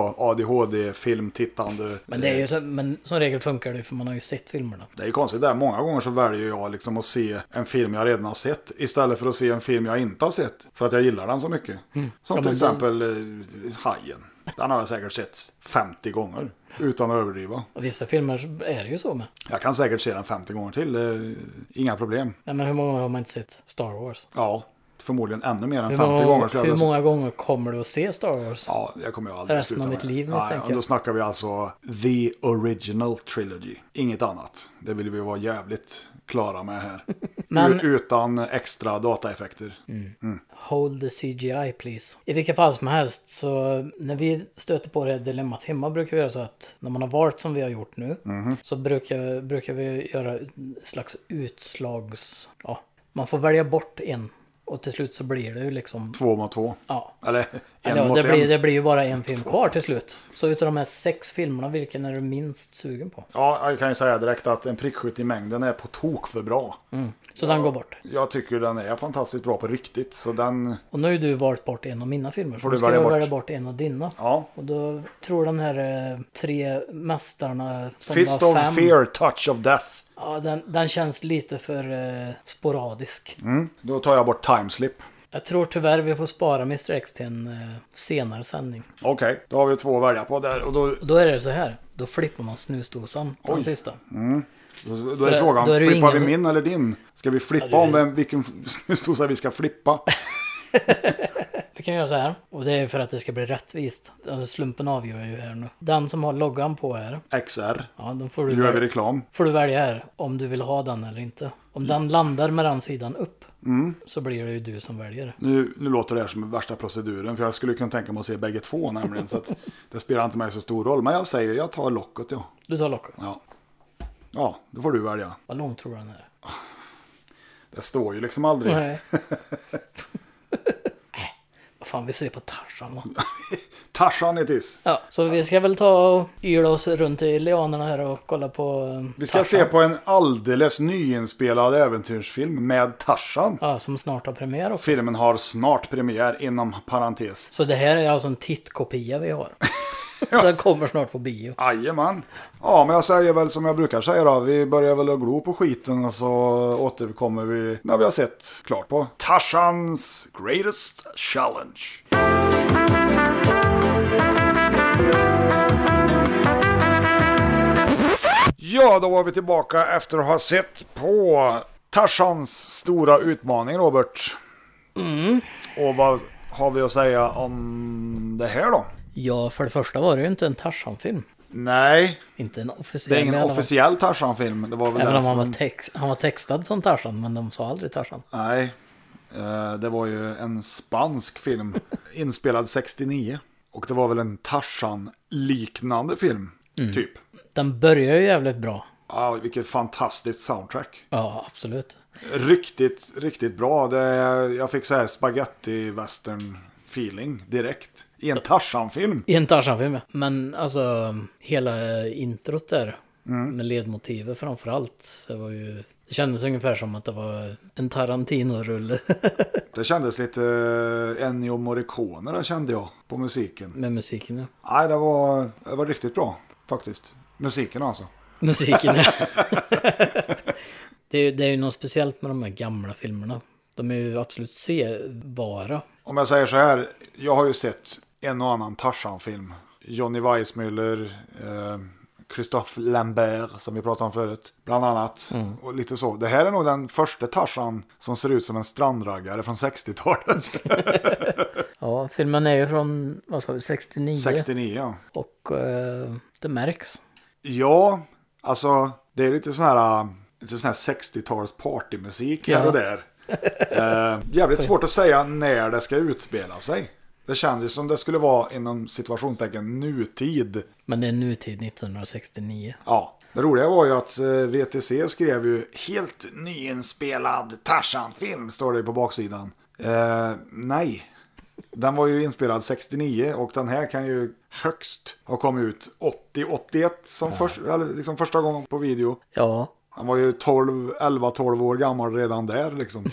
[SPEAKER 1] ADHD-filmtittande.
[SPEAKER 2] Men, det är ju så, men som regel funkar det ju, för man har ju sett filmerna.
[SPEAKER 1] Det är ju konstigt där. Många gånger så väljer jag liksom att se en film jag redan har sett istället för att se en film jag inte har sett. För att jag gillar den så mycket. Som
[SPEAKER 2] Mm.
[SPEAKER 1] till
[SPEAKER 2] Ja, men det-
[SPEAKER 1] exempel eh, Hajen. Den har jag säkert sett 50 gånger. Utan att överdriva.
[SPEAKER 2] Och vissa filmer är det ju så med.
[SPEAKER 1] Jag kan säkert se den 50 gånger till. eh, Inga problem.
[SPEAKER 2] Nej, men hur många gånger har man inte sett Star Wars?
[SPEAKER 1] Ja, förmodligen ännu mer än
[SPEAKER 2] Hur
[SPEAKER 1] 50
[SPEAKER 2] många,
[SPEAKER 1] gånger. skulle jag
[SPEAKER 2] hur
[SPEAKER 1] vilja säga.
[SPEAKER 2] många gånger kommer du att se Star Wars?
[SPEAKER 1] Ja, jag kommer ju aldrig
[SPEAKER 2] Resten
[SPEAKER 1] sluta
[SPEAKER 2] av
[SPEAKER 1] med
[SPEAKER 2] mitt
[SPEAKER 1] det.
[SPEAKER 2] liv,
[SPEAKER 1] Nej,
[SPEAKER 2] misstänker
[SPEAKER 1] och Då
[SPEAKER 2] jag.
[SPEAKER 1] snackar vi alltså the original trilogy. Inget annat. Det vill vi vara jävligt klara med här.
[SPEAKER 2] Men- Mm.
[SPEAKER 1] U- Utan extra dataeffekter.
[SPEAKER 2] Hold the CGI please. I vilka fall som helst så när vi stöter på det här dilemmat hemma brukar vi göra så att när man har valt som vi har gjort nu
[SPEAKER 1] Mhm.
[SPEAKER 2] så brukar, brukar vi göra ett slags utslags... Ja, man får välja bort en. Och till slut så blir det ju liksom...
[SPEAKER 1] Två mot två.
[SPEAKER 2] Ja.
[SPEAKER 1] Eller en
[SPEAKER 2] Eller, ja,
[SPEAKER 1] mot
[SPEAKER 2] det,
[SPEAKER 1] en.
[SPEAKER 2] blir, det blir ju bara en film kvar till slut. Så utav de här sex filmerna, vilken är du minst sugen på?
[SPEAKER 1] Ja, jag kan ju säga direkt att en prickskytt i mängden är på tok för bra.
[SPEAKER 2] Mm. Så den går bort.
[SPEAKER 1] Jag tycker den är fantastiskt bra på riktigt. Så den,
[SPEAKER 2] Och nu har ju du valt bort en av mina filmer. Så
[SPEAKER 1] Får
[SPEAKER 2] nu
[SPEAKER 1] du
[SPEAKER 2] ska
[SPEAKER 1] välja
[SPEAKER 2] jag
[SPEAKER 1] bort.
[SPEAKER 2] välja bort en av dina.
[SPEAKER 1] ja.
[SPEAKER 2] Och då tror den här eh, tre mästarna som
[SPEAKER 1] Fist
[SPEAKER 2] var
[SPEAKER 1] of
[SPEAKER 2] fem.
[SPEAKER 1] fear, touch of death.
[SPEAKER 2] Ja, den, den känns lite för eh, sporadisk.
[SPEAKER 1] Mm. Då tar jag bort timeslip.
[SPEAKER 2] Jag tror tyvärr vi får spara Mr X till en eh, senare sändning.
[SPEAKER 1] Okej, då har vi två att välja på där. Och då,
[SPEAKER 2] Och då är det så här. Då flippar man snusdosan på den
[SPEAKER 1] Oj.
[SPEAKER 2] sista.
[SPEAKER 1] då, då
[SPEAKER 2] För-
[SPEAKER 1] är frågan,
[SPEAKER 2] då är det ju
[SPEAKER 1] flippar
[SPEAKER 2] ingen
[SPEAKER 1] vi
[SPEAKER 2] som-
[SPEAKER 1] min eller din? Ska vi flippa
[SPEAKER 2] Ja, det är-
[SPEAKER 1] om vem, vilken snusdosa vi ska flippa?
[SPEAKER 2] Vi kan göra så här. Och det är för att det ska bli rättvist. Alltså slumpen avgör ju här nu. Den som har loggan på här.
[SPEAKER 1] XR.
[SPEAKER 2] Ja, då får du,
[SPEAKER 1] Nu gör vi
[SPEAKER 2] väl,
[SPEAKER 1] reklam.
[SPEAKER 2] får du välja här om du vill ha den eller inte.
[SPEAKER 1] Mm.
[SPEAKER 2] Om den landar med den sidan upp. Så blir det ju du som väljer.
[SPEAKER 1] Nu, nu låter det här som värsta proceduren, för jag skulle kunna tänka mig att se bägge två nämligen. Så att det spelar inte mig så stor roll. Men jag säger, jag tar locket ja.
[SPEAKER 2] Du tar loggan.
[SPEAKER 1] Ja, ja då får du välja.
[SPEAKER 2] Vad lång tror du den är?
[SPEAKER 1] Det står ju liksom aldrig.
[SPEAKER 2] Nej. Äh, Vad fan, vi ser på Tarzan va?
[SPEAKER 1] Tarzan it is.
[SPEAKER 2] Ja, så vi ska väl ta och yla oss runt i lianerna här och kolla på eh,
[SPEAKER 1] Vi ska
[SPEAKER 2] Tarzan.
[SPEAKER 1] se på en alldeles nyinspelad äventyrsfilm med Tarzan.
[SPEAKER 2] Ja, som snart har premiär också.
[SPEAKER 1] Filmen har snart premiär inom parentes.
[SPEAKER 2] Så det här är alltså en tittkopia vi har. Den kommer snart på bio.
[SPEAKER 1] Jajamän. Ja, men jag säger väl som jag brukar säga då. Vi börjar väl att glo på skiten och så återkommer vi när vi har sett klart på Tarzans Greatest Challenge. Ja, då var vi tillbaka efter att ha sett på Tarzans stora utmaning, Robert. Och vad har vi att säga om det här då?
[SPEAKER 2] Ja, för det första var det ju inte en Tarzan-film.
[SPEAKER 1] Nej,
[SPEAKER 2] Inte en officiell.
[SPEAKER 1] Det är
[SPEAKER 2] i
[SPEAKER 1] ingen
[SPEAKER 2] alla fall.
[SPEAKER 1] officiell Tarzan-film. Det var väl
[SPEAKER 2] Även om han
[SPEAKER 1] därför-
[SPEAKER 2] var, text, han var textad som Tarzan, men de sa aldrig Tarzan.
[SPEAKER 1] Nej. Eh, Det var ju en spansk film. inspelad 69. Och det var väl en Tarzan-liknande film.
[SPEAKER 2] Mm.
[SPEAKER 1] Typ.
[SPEAKER 2] Den börjar ju jävligt bra.
[SPEAKER 1] Ah, vilket fantastiskt soundtrack.
[SPEAKER 2] Ja, absolut.
[SPEAKER 1] Riktigt, riktigt bra. Det, jag fick så här spaghetti-western-feeling direkt. I en Tarzan-film.
[SPEAKER 2] I en Tarzan-film, ja. Men alltså, hela introt där. Med ledmotivet framför allt. Det var ju... Det kändes ungefär som att det var en Tarantino-rulle
[SPEAKER 1] Det kändes lite eh, Ennio Morricone, det kände jag, på musiken.
[SPEAKER 2] med musiken. ja.
[SPEAKER 1] Nej, det var, det var riktigt bra, faktiskt. Musiken alltså.
[SPEAKER 2] Musiken, ja. det, är, det är ju något speciellt med de här gamla filmerna. De är ju absolut sevara.
[SPEAKER 1] Om jag säger så här, jag har ju sett en och annan Tarzan-film. Johnny Weissmuller, eh, Christophe Lambert som vi pratade om förut, bland annat. Och lite så. Det här är nog den första Tarzan som ser ut som en strandraggare från 60-talet.
[SPEAKER 2] Ja, filmen är ju från, vad sa vi, 69.
[SPEAKER 1] 69. ja.
[SPEAKER 2] Och eh, det märks.
[SPEAKER 1] Ja, alltså det är lite sån här, eh, lite sån här 60-tals partymusik här
[SPEAKER 2] Ja.
[SPEAKER 1] och där. Eh, jävligt svårt att säga när det ska utspela sig. Det känns ju som det skulle vara inom situationstecken nutid.
[SPEAKER 2] Men det är nutid 1969.
[SPEAKER 1] Ja. Det roliga var ju att eh, VTC skrev ju helt nyinspelad Tarzan-film, står det ju på baksidan. Eh, nej. Den var ju inspelad 69 och den här kan ju högst ha kommit ut 80-81 som förs- eller liksom första gången på video.
[SPEAKER 2] Ja,
[SPEAKER 1] Han var ju 12, 11-12 år gammal redan där liksom.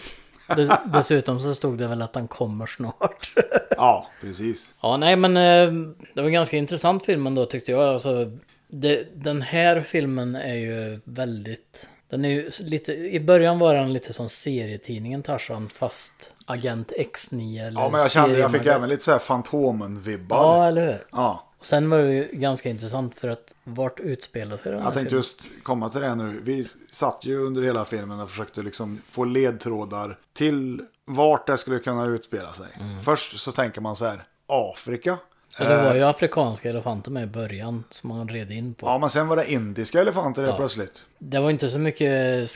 [SPEAKER 2] Des- dessutom så stod det väl att den kommer snart.
[SPEAKER 1] Ja, precis.
[SPEAKER 2] Ja, nej men eh, det var en ganska intressant film ändå tyckte jag. Alltså, det, den här filmen är ju väldigt... Den är ju lite, I början var den lite som serietidningen Tarzan fast Agent X9 eller
[SPEAKER 1] Ja, men jag kände, jag fick
[SPEAKER 2] seriemördare.
[SPEAKER 1] även lite så här Fantomen-vibbar.
[SPEAKER 2] Ja, eller hur?
[SPEAKER 1] Ja.
[SPEAKER 2] Och sen var det ju ganska intressant för att vart utspelar sig den här
[SPEAKER 1] Jag tänkte
[SPEAKER 2] filmen?
[SPEAKER 1] just komma till det nu. Vi satt ju under hela filmen och försökte liksom få ledtrådar till vart det skulle kunna utspela sig.
[SPEAKER 2] Mm.
[SPEAKER 1] Först så tänker man så här, Afrika.
[SPEAKER 2] Ja, det var ju afrikanska elefanter med i början som man red in på.
[SPEAKER 1] eh. Ja, men sen var det indiska elefanter helt plötsligt.
[SPEAKER 2] Det var inte så mycket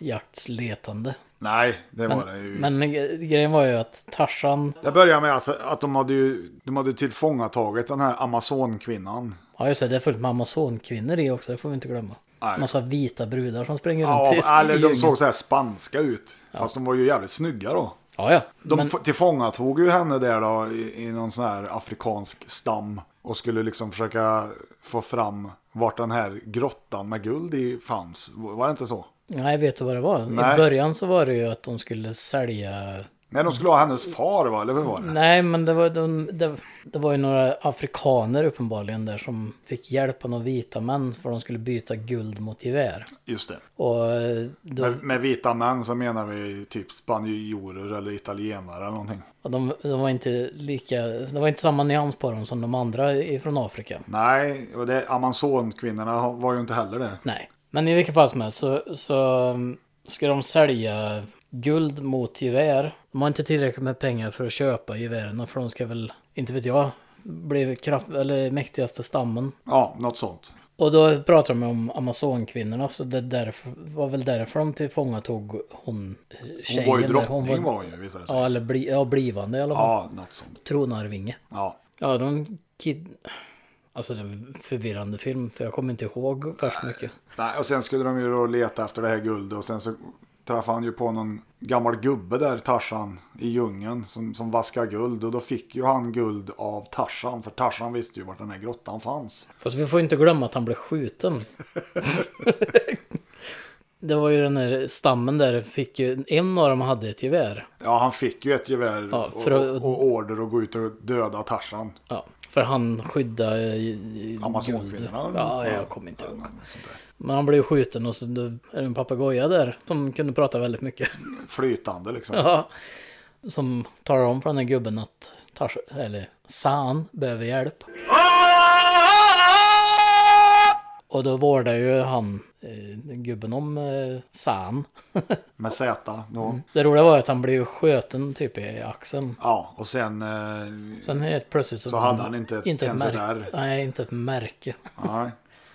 [SPEAKER 2] skattjaktsletande.
[SPEAKER 1] Nej, det var det ju.
[SPEAKER 2] Men gre- grejen var ju att Tarzan
[SPEAKER 1] Det börjar med att, att de hade ju de hade tillfångatagit den här amazonkvinnan.
[SPEAKER 2] Ja just det, det är fullt med amazonkvinnor i också, det får vi inte glömma.
[SPEAKER 1] Nej.
[SPEAKER 2] Massa vita brudar som springer runt
[SPEAKER 1] Ja,
[SPEAKER 2] i- i
[SPEAKER 1] eller de
[SPEAKER 2] djungeln.
[SPEAKER 1] såg så här spanska ut. Fast de var ju jävligt snygga då.
[SPEAKER 2] Ja, ja.
[SPEAKER 1] De
[SPEAKER 2] Men,
[SPEAKER 1] f- tillfångatog ju henne där då i, i någon sån här afrikansk stam och skulle liksom försöka få fram vart den här grottan med guld i fanns. Var det inte så?
[SPEAKER 2] nej, vet du vad det var?
[SPEAKER 1] Nej.
[SPEAKER 2] I början så var det ju att de skulle sälja...
[SPEAKER 1] Nej, de skulle ha hennes far va? Eller vad var det?
[SPEAKER 2] Nej, men det var, de, det, det var ju några afrikaner uppenbarligen där som fick hjälp av några vita män för de skulle byta guld mot gevär.
[SPEAKER 1] Just det.
[SPEAKER 2] Och eh, då,
[SPEAKER 1] Med, med vita män så menar vi typ spanjorer eller italienare eller någonting.
[SPEAKER 2] och de, de var inte lika... Det var inte samma nyans på dem som de andra ifrån Afrika.
[SPEAKER 1] Nej, och det, Amazonkvinnorna har- var ju inte heller det.
[SPEAKER 2] Nej, men i vilket fall som helst så, så um, ska de sälja guld mot gevär. De har inte tillräckligt med pengar för att köpa gevären för de ska väl, inte vet jag, bli kraft, eller mäktigaste stammen.
[SPEAKER 1] Ja, något sånt.
[SPEAKER 2] Och då pratar de om Amazonkvinnorna, så det därför, var väl därför de tillfångatog hon
[SPEAKER 1] Hon
[SPEAKER 2] tjejen.
[SPEAKER 1] var ju
[SPEAKER 2] där.
[SPEAKER 1] drottning var hon ju visade det sig.
[SPEAKER 2] Ja, eller bli, ja, blivande i alla fall.
[SPEAKER 1] Ja, något sånt.
[SPEAKER 2] Tronarvinge.
[SPEAKER 1] Ja.
[SPEAKER 2] Ja, de kid... Alltså det är en förvirrande film, för jag kommer inte ihåg värst mycket.
[SPEAKER 1] Nej, och sen skulle de ju då leta efter det här guldet och sen så träffade han ju på någon gammal gubbe där, Tarsan, i djungeln som, som vaskade guld och då fick ju han guld av Tarsan för Tarsan visste ju vart den här grottan fanns.
[SPEAKER 2] Fast vi får inte glömma att han blev skjuten. det var ju den här stammen där, fick ju, en av dem hade ett gevär.
[SPEAKER 1] Ja, han fick ju ett gevär
[SPEAKER 2] Ja, för
[SPEAKER 1] och,
[SPEAKER 2] att-
[SPEAKER 1] och, och order att gå ut och döda Tarsan.
[SPEAKER 2] Ja, för han skyddade eh, guld.
[SPEAKER 1] Amazonkvinnorna?
[SPEAKER 2] Ja, jag kommer inte ihåg.
[SPEAKER 1] Ja, något sånt där.
[SPEAKER 2] Men han blev ju skjuten och så då är det en papegoja där som kunde prata väldigt mycket.
[SPEAKER 1] Flytande liksom.
[SPEAKER 2] Ja. som talar om för den här gubben att Tars, eller San behöver hjälp. Och då vårdar ju han eh, gubben om eh, San.
[SPEAKER 1] Med Z då.
[SPEAKER 2] Det roliga var att han blev ju sköten typ i axeln.
[SPEAKER 1] Ja, och sen... Eh,
[SPEAKER 2] Sen helt plötsligt så,
[SPEAKER 1] Så hade han inte ett- ens ett
[SPEAKER 2] märke.
[SPEAKER 1] ärr.
[SPEAKER 2] Nej, inte ett märke.
[SPEAKER 1] nej.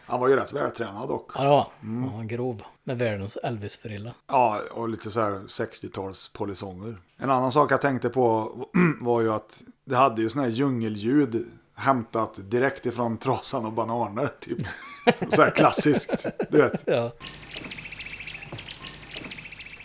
[SPEAKER 1] Han var ju rätt vältränad dock.
[SPEAKER 2] Ja, det var han.
[SPEAKER 1] Mm.
[SPEAKER 2] Han var grov. Med världens Elvis-frilla.
[SPEAKER 1] Ja, och lite så här 60-tals polisonger. En annan sak jag tänkte på var ju att det hade ju såna här djungelljud hämtat direkt ifrån Trasan och Bananer. Typ. Så här klassiskt, du vet.
[SPEAKER 2] Ja.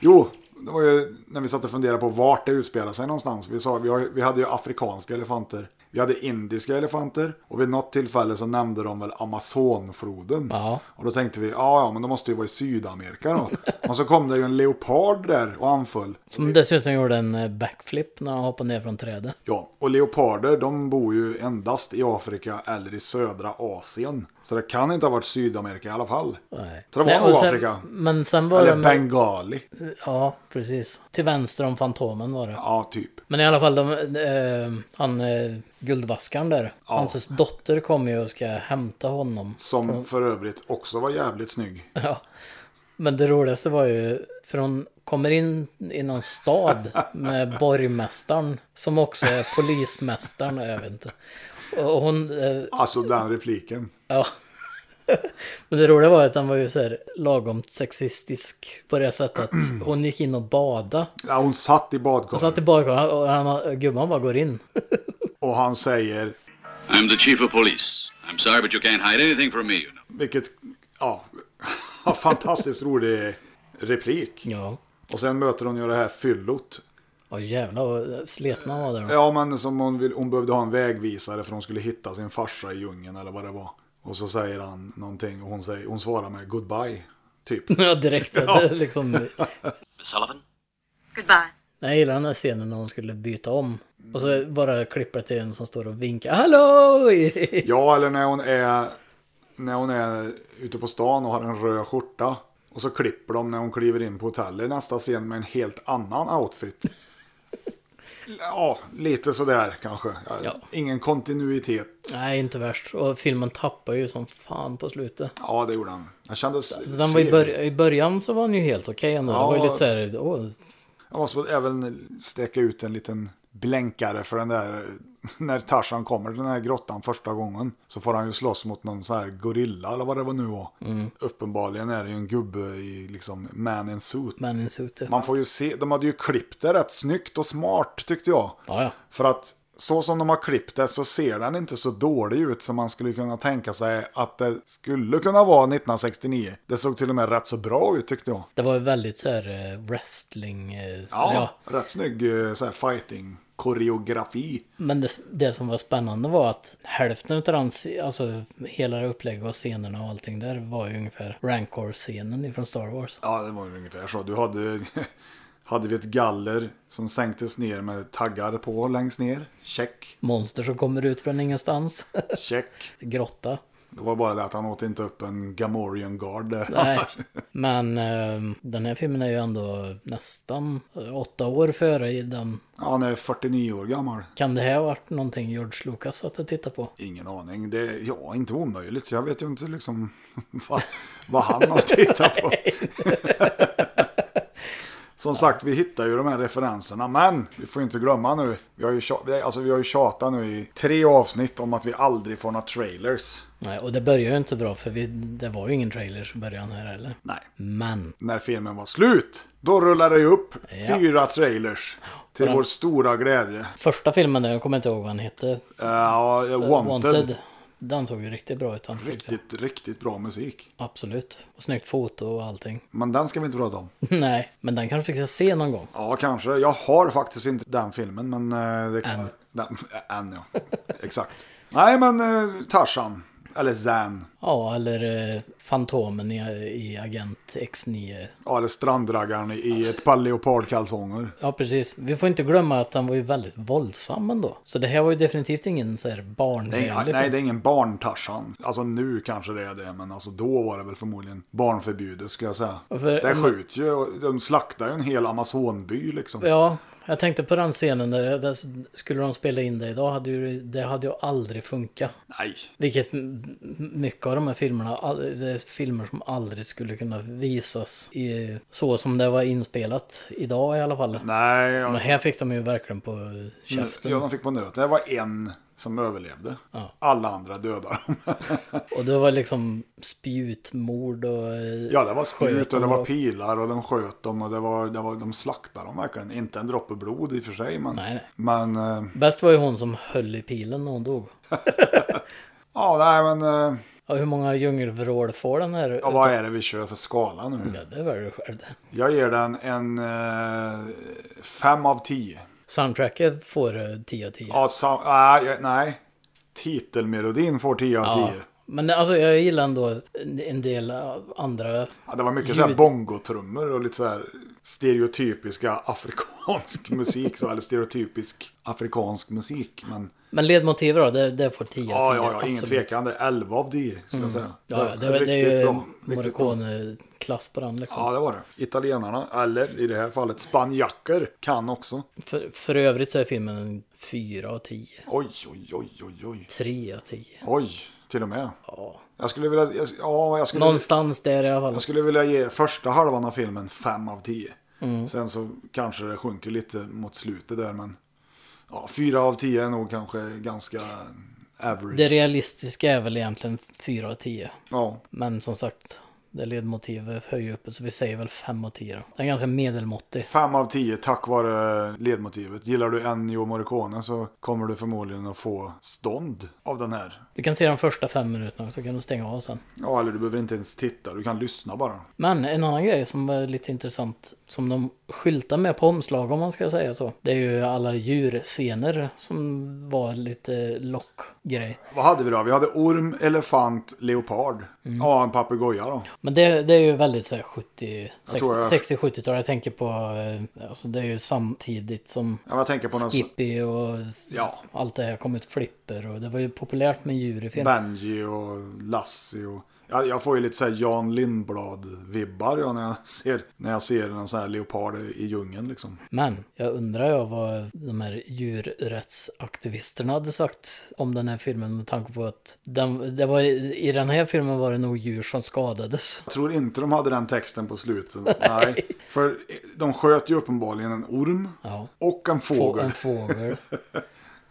[SPEAKER 1] Jo, det var ju när vi satt och funderade på vart det utspelade sig någonstans. Vi, sa, vi, har, vi hade ju afrikanska elefanter. Vi hade indiska elefanter och vid något tillfälle så nämnde de väl Amazonfloden.
[SPEAKER 2] Ja.
[SPEAKER 1] Och då tänkte vi, ja, ja men då måste det ju vara i Sydamerika då. och så kom det ju en leopard där och anföll.
[SPEAKER 2] Som dessutom gjorde en eh, backflip när han hoppade ner från trädet.
[SPEAKER 1] Ja, och leoparder de bor ju endast i Afrika eller i södra Asien. Så det kan inte ha varit Sydamerika i alla fall.
[SPEAKER 2] Nej.
[SPEAKER 1] Så det var
[SPEAKER 2] Nej, och sen,
[SPEAKER 1] Afrika.
[SPEAKER 2] Men sen var
[SPEAKER 1] Eller
[SPEAKER 2] de...
[SPEAKER 1] Bengali.
[SPEAKER 2] Ja, precis. Till vänster om Fantomen var det.
[SPEAKER 1] Ja, typ.
[SPEAKER 2] Men i alla fall, de, eh, han eh, guldvaskaren där. Hans dotter kommer ju och ska hämta honom.
[SPEAKER 1] Som för övrigt också var jävligt snygg.
[SPEAKER 2] Ja. Men det roligaste var ju, för hon kommer in i någon stad med borgmästaren, som också är polismästaren, jag vet inte. Och hon, eh,
[SPEAKER 1] Alltså den repliken.
[SPEAKER 2] ja. Men det roliga var att han var ju så här lagom sexistisk på det sättet att hon gick in och badade.
[SPEAKER 1] Ja, hon satt i
[SPEAKER 2] Och
[SPEAKER 1] badkaret
[SPEAKER 2] satt i badkaret och han, gumman bara går in.
[SPEAKER 1] och han säger,
[SPEAKER 3] I'm the chief of police. I'm sorry, but you can't hide anything from me, you know.
[SPEAKER 1] vilket, ja, fantastiskt rolig replik.
[SPEAKER 2] Ja.
[SPEAKER 1] Och sen möter hon ju det här fyllot.
[SPEAKER 2] Ja jävlar vad sletna han var där. då.
[SPEAKER 1] Ja, men som hon, vill, hon behövde ha en vägvisare för hon skulle hitta sin farsa i djungeln eller vad det var. Och så säger han någonting och hon, säger, hon svarar med goodbye. Typ.
[SPEAKER 2] Ja direkt. att det Liksom,
[SPEAKER 3] Sullivan?
[SPEAKER 4] Goodbye.
[SPEAKER 2] jag gillar den här scenen när hon skulle byta om. Och så
[SPEAKER 1] Mm.
[SPEAKER 2] bara klipper till en som står och vinkar. Hallå!
[SPEAKER 1] Ja, eller när hon är, när hon är ute på stan och har en röd skjorta. Och så klipper de när hon kliver in på hotellet i nästa scen med en helt annan outfit. Ja, lite sådär kanske.
[SPEAKER 2] Ja.
[SPEAKER 1] Ingen kontinuitet.
[SPEAKER 2] Nej, inte värst. Och filmen tappar ju som fan på slutet.
[SPEAKER 1] Ja, det gjorde han. Jag kändes...
[SPEAKER 2] Så Alltså, den var i,
[SPEAKER 1] seg.
[SPEAKER 2] bör- I början så var den ju helt okej ändå. Det var ju
[SPEAKER 1] Ja.
[SPEAKER 2] lite så här, åh,
[SPEAKER 1] Jag måste väl även sträcka ut en liten blänkare för den där när Tarzan kommer till den här grottan första gången så får han ju slåss mot någon sån här gorilla eller vad det var nu var. Uppenbarligen är det ju en gubbe i liksom man in suit.
[SPEAKER 2] man in suit.
[SPEAKER 1] Man får ju se, de hade ju klippt det rätt snyggt och smart tyckte jag.
[SPEAKER 2] Ja, ja.
[SPEAKER 1] För att så som de har klippt det så ser den inte så dålig ut som man skulle kunna tänka sig att det skulle kunna vara 1969. Det såg till och med rätt så bra ut tyckte jag.
[SPEAKER 2] Det var ju väldigt så här eh, wrestling. eh,
[SPEAKER 1] Ja,
[SPEAKER 2] ja.
[SPEAKER 1] rätt snygg eh, så här fighting koreografi.
[SPEAKER 2] Men det, det som var spännande var att hälften av den, se- alltså hela det upplägget och scenerna och allting där var ju ungefär Rancor-scenen ifrån Star Wars.
[SPEAKER 1] Ja, det var väl ungefär så. Du hade, hade vi ett galler som sänktes ner med taggar på längst ner. Check,
[SPEAKER 2] Monster som kommer ut från ingenstans.
[SPEAKER 1] check.
[SPEAKER 2] Grotta.
[SPEAKER 1] Det var bara det att han åt inte upp en Gamorian Guard där.
[SPEAKER 2] Nej. Men eh, den här filmen är ju ändå nästan eh, åtta år före i den.
[SPEAKER 1] Ja, han är 49 år gammal.
[SPEAKER 2] Kan det här ha varit någonting George Lucas satt och tittade på?
[SPEAKER 1] Ingen aning. Det är ja, inte omöjligt. Jag vet ju inte liksom vad, vad han har tittat på. Som sagt, vi hittar ju de här referenserna, men vi får inte glömma nu. Vi har ju, tja- vi- alltså, vi har ju tjatat nu i tre avsnitt om att vi aldrig får några trailers.
[SPEAKER 2] Nej, och det börjar ju inte bra för vi, det var ju ingen trailer i början här heller.
[SPEAKER 1] Nej.
[SPEAKER 2] Men
[SPEAKER 1] När filmen var slut, då rullade det ju upp
[SPEAKER 2] Ja.
[SPEAKER 1] fyra trailers. Till vår stora glädje.
[SPEAKER 2] första filmen där, jag kommer inte ihåg vad den hette,
[SPEAKER 1] Eh, Ja, Wanted.
[SPEAKER 2] Wanted. Den såg ju riktigt bra ut. han tyckte jag.
[SPEAKER 1] Riktigt, riktigt bra musik.
[SPEAKER 2] Absolut. Och snyggt foto och allting.
[SPEAKER 1] Men den ska vi inte prata om.
[SPEAKER 2] Nej, men den kanske fick jag se någon gång.
[SPEAKER 1] Ja, kanske. Jag har faktiskt inte den filmen, men... eh, Det,
[SPEAKER 2] Än.
[SPEAKER 1] Den, än, ja. Exakt. Nej, men eh, Tarzan. Eller Zan.
[SPEAKER 2] Ja, eller eh, Fantomen i, i Agent X9.
[SPEAKER 1] Ja, eller Stranddraggaren i ett par leopardkalsonger.
[SPEAKER 2] Ja, precis. Vi får inte glömma att den var ju väldigt våldsam ändå. Så det här var ju definitivt ingen så här
[SPEAKER 1] Nej,
[SPEAKER 2] barnvänlig
[SPEAKER 1] nej,
[SPEAKER 2] film.
[SPEAKER 1] det är ingen barn-Tarzan. Alltså nu kanske det är det, men alltså då var det väl förmodligen barnförbjudet skulle jag säga.
[SPEAKER 2] för-
[SPEAKER 1] det skjuts ju, och de slaktar ju en hel Amazonby liksom.
[SPEAKER 2] Ja, jag tänkte på den scenen där, där skulle de spela in det idag, hade ju, det hade ju aldrig funkat.
[SPEAKER 1] Nej,
[SPEAKER 2] Vilket m- m- mycket av de här filmerna, all- det är filmer som aldrig skulle kunna visas i, så som det var inspelat idag i alla fall.
[SPEAKER 1] nej.
[SPEAKER 2] Men
[SPEAKER 1] Jag,
[SPEAKER 2] här fick de ju verkligen på käften.
[SPEAKER 1] ja, de fick på nöten. Det var en som överlevde.
[SPEAKER 2] Ja.
[SPEAKER 1] Alla andra dödade dem.
[SPEAKER 2] Och det var liksom spjutmord och... eh,
[SPEAKER 1] Ja, det var spjut
[SPEAKER 2] sköt
[SPEAKER 1] och det
[SPEAKER 2] dem
[SPEAKER 1] var pilar och de sköt dem och det var, det var, de slaktade dem verkligen. Inte en droppe blod i och för sig, men,
[SPEAKER 2] Nej, nej.
[SPEAKER 1] men eh,
[SPEAKER 2] Bäst var ju hon som höll i pilen när hon dog.
[SPEAKER 1] ja, nej, men eh,
[SPEAKER 2] Ja, hur många djungelvrål får den här?
[SPEAKER 1] ja, vad är det vi kör för skala nu?
[SPEAKER 2] Ja, det var det själv.
[SPEAKER 1] Jag ger den en eh, fem av tio.
[SPEAKER 2] Soundtracket får eh, 10 av 10.
[SPEAKER 1] Ja, sam, nej, jag- nej, titelmelodin får tio av tio.
[SPEAKER 2] Men alltså jag gillar ändå en- en del av andra.
[SPEAKER 1] Ja, det var mycket så här
[SPEAKER 2] Ljud-
[SPEAKER 1] bongotrummor och lite så här stereotypiska afrikansk musik, så, eller stereotypisk afrikansk musik. Men
[SPEAKER 2] Men ledmotivet då, det, det får 10 av 10.
[SPEAKER 1] Ja, ja, ja, ingen
[SPEAKER 2] absolut.
[SPEAKER 1] tvekan. Det är 11 av 10 skulle jag säga.
[SPEAKER 2] Mm. Ja, ja, det, det är ju Morricone-klass på den liksom.
[SPEAKER 1] Ja, det var det. Italienarna, eller i det här fallet spanjacker, kan också.
[SPEAKER 2] För, för övrigt så är filmen en 4 av 10.
[SPEAKER 1] Oj, oj, oj, oj, oj.
[SPEAKER 2] 3 av 10.
[SPEAKER 1] Oj, till och med.
[SPEAKER 2] Ja.
[SPEAKER 1] Jag skulle vilja, jag, ja, jag skulle,
[SPEAKER 2] Någonstans där i alla fall.
[SPEAKER 1] jag skulle vilja ge första halvan av filmen 5 av 10.
[SPEAKER 2] Mm.
[SPEAKER 1] Sen så kanske det sjunker lite mot slutet där, men ja, 4 av 10 är nog kanske ganska average.
[SPEAKER 2] Det realistiska är väl egentligen 4 av 10.
[SPEAKER 1] Ja.
[SPEAKER 2] Men som sagt, det ledmotivet höjer upp så vi säger väl 5 av 10 då. Den är ganska medelmåttig.
[SPEAKER 1] 5 av 10 tack vare ledmotivet. Gillar du Ennio Morricone så kommer du förmodligen att få stånd av den här.
[SPEAKER 2] Du kan se de första fem minuterna så kan du stänga av sen.
[SPEAKER 1] Ja, eller du behöver inte ens titta, du kan lyssna bara.
[SPEAKER 2] Men en annan grej som är lite intressant som de skyltar med på omslag om man ska säga så. Det är ju alla djurscener som var lite lockgrej.
[SPEAKER 1] Vad hade vi då? Vi hade orm, elefant, leopard. Ja, en papegoja då.
[SPEAKER 2] Men det, det är ju väldigt så här 70,
[SPEAKER 1] tror jag-
[SPEAKER 2] 60-70-tal. Jag tänker på, eh, alltså det är ju samtidigt som
[SPEAKER 1] Ja, men Jag tänker på någon sån-
[SPEAKER 2] Skippy och
[SPEAKER 1] Ja,
[SPEAKER 2] Allt det här kommit flipper och det var ju populärt med djur i film.
[SPEAKER 1] Benji och Lassie och... Ja, jag får ju lite så här Jan Lindblad-vibbar ja, när, jag ser, när jag ser någon sån här leopard i djungeln liksom.
[SPEAKER 2] Men jag undrar jag vad de här djurrättsaktivisterna hade sagt om den här filmen med tanke på att den, det var, i den här filmen var det nog djur som skadades.
[SPEAKER 1] Jag tror inte de hade den texten på slutet. Nej. För de sköt ju uppenbarligen en orm.
[SPEAKER 2] Ja.
[SPEAKER 1] Och en
[SPEAKER 2] Få,
[SPEAKER 1] fågel.
[SPEAKER 2] en fågel.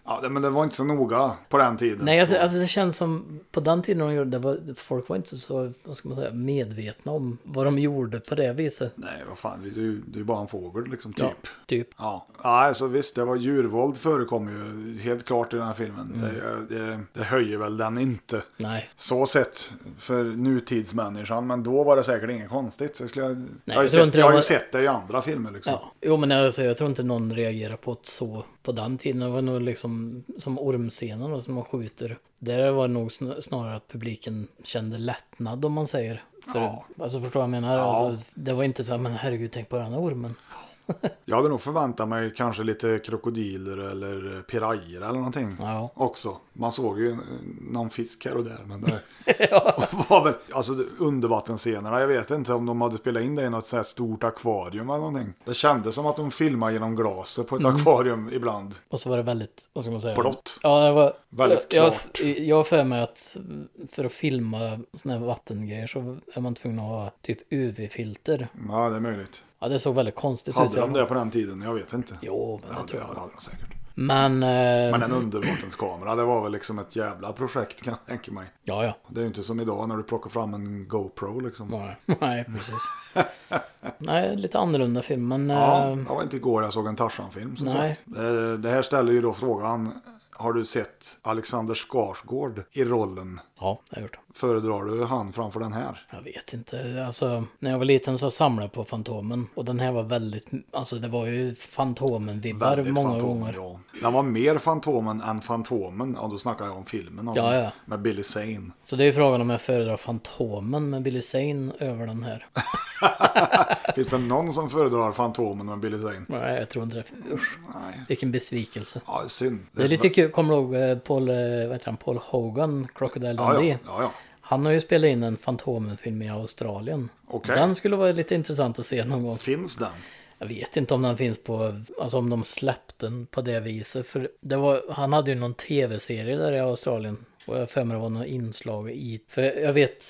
[SPEAKER 1] Ja, det- men det var inte så noga på den tiden.
[SPEAKER 2] Nej, jag,
[SPEAKER 1] så.
[SPEAKER 2] alltså det känns som på den tiden de gjorde det, var, folk var inte så, vad ska man säga, medvetna om vad de gjorde på det viset.
[SPEAKER 1] Nej, vad fan, det är ju, det är ju bara en fågel liksom,
[SPEAKER 2] Ja,
[SPEAKER 1] typ.
[SPEAKER 2] typ.
[SPEAKER 1] Ja, ja alltså visst, det var djurvåld förekom ju helt klart i den här filmen.
[SPEAKER 2] Mm.
[SPEAKER 1] Det, det, det höjer väl den inte.
[SPEAKER 2] Nej.
[SPEAKER 1] Så sett för nutidsmänniskan, men då var det säkert inget konstigt. Så skulle jag, jag, har ju
[SPEAKER 2] jag tror
[SPEAKER 1] sett,
[SPEAKER 2] inte det
[SPEAKER 1] jag har ju
[SPEAKER 2] var-
[SPEAKER 1] sett det i andra filmer liksom.
[SPEAKER 2] Ja. Jo, men alltså, jag tror inte någon reagerar på ett så på den tiden. Det var nog liksom som ormscenen då, som man skjuter. Där var det nog sn- snarare att publiken kände lättnad om man säger. För,
[SPEAKER 1] Ja.
[SPEAKER 2] Alltså förstår vad jag menar? Alltså, det var inte så här, men herregud, tänk på den här ormen.
[SPEAKER 1] Jag hade nog förväntat mig kanske lite krokodiler eller pirajer eller någonting
[SPEAKER 2] Ja.
[SPEAKER 1] också. Man såg ju eh, någon fisk här och där. Men det var väl, alltså det- undervattensscenerna, jag vet inte om de hade spelat in det i något så här stort akvarium eller någonting. Det kändes som att de filmade genom glaset på ett
[SPEAKER 2] Mm.
[SPEAKER 1] akvarium ibland.
[SPEAKER 2] Och så var det väldigt, vad ska man säga?
[SPEAKER 1] Blått.
[SPEAKER 2] Ja, det var...
[SPEAKER 1] Väldigt
[SPEAKER 2] jag,
[SPEAKER 1] klart.
[SPEAKER 2] Jag jag har för mig att för att filma sådana här vattengrejer så är man tvungen att ha typ UV-filter.
[SPEAKER 1] Ja, det är möjligt.
[SPEAKER 2] Ja, det såg väldigt konstigt ut.
[SPEAKER 1] Hade de
[SPEAKER 2] jag-
[SPEAKER 1] det på den tiden? Jag vet inte.
[SPEAKER 2] Jo, men
[SPEAKER 1] Ja,
[SPEAKER 2] det tror
[SPEAKER 1] det
[SPEAKER 2] jag.
[SPEAKER 1] hade de säkert.
[SPEAKER 2] Men... Eh,
[SPEAKER 1] Men en undervattenskamera, det var väl liksom ett jävla projekt kan jag tänka mig.
[SPEAKER 2] Ja, ja.
[SPEAKER 1] Det är ju inte som idag när du plockar fram en GoPro liksom.
[SPEAKER 2] Nej, nej precis. nej, lite annorlunda film, men...
[SPEAKER 1] Ja,
[SPEAKER 2] eh,
[SPEAKER 1] det var inte igår jag såg en Tarzan-film som
[SPEAKER 2] Nej.
[SPEAKER 1] sagt. Eh, Det här ställer ju då frågan, har du sett Alexander Skarsgård i rollen?
[SPEAKER 2] ja, jag har gjort. det.
[SPEAKER 1] Föredrar du han framför den här?
[SPEAKER 2] Jag vet inte, alltså när jag var liten så samlade jag på Fantomen. Och den här var väldigt, alltså det var ju Fantomen-vibbar
[SPEAKER 1] Väldigt
[SPEAKER 2] många
[SPEAKER 1] Fantomen,
[SPEAKER 2] gånger.
[SPEAKER 1] Ja. Den var mer Fantomen än Fantomen, ja då snackar jag om filmen alltså,
[SPEAKER 2] Ja, ja.
[SPEAKER 1] med Billy Zane.
[SPEAKER 2] Så det är ju frågan om jag föredrar Fantomen med Billy Zane över den här.
[SPEAKER 1] Finns det någon som föredrar Fantomen med Billy Zane?
[SPEAKER 2] Nej, jag tror inte det. Usch,
[SPEAKER 1] Nej.
[SPEAKER 2] vilken besvikelse.
[SPEAKER 1] Ja, synd.
[SPEAKER 2] Det är lite kul, kommer du ihåg eh, Paul, eh, vad heter han, Paul Hogan, Crocodile
[SPEAKER 1] ja,
[SPEAKER 2] Dundee?
[SPEAKER 1] ja, ja, ja.
[SPEAKER 2] Han har ju spelat in en Fantomen-film i Australien.
[SPEAKER 1] Okej.
[SPEAKER 2] Den skulle vara lite intressant att se någon gång.
[SPEAKER 1] Finns den?
[SPEAKER 2] Jag vet inte om den finns på, alltså om de släppte den på det viset. För det var, han hade ju någon tv-serie där i Australien. Och jag har för mig det var något inslag i. För jag vet,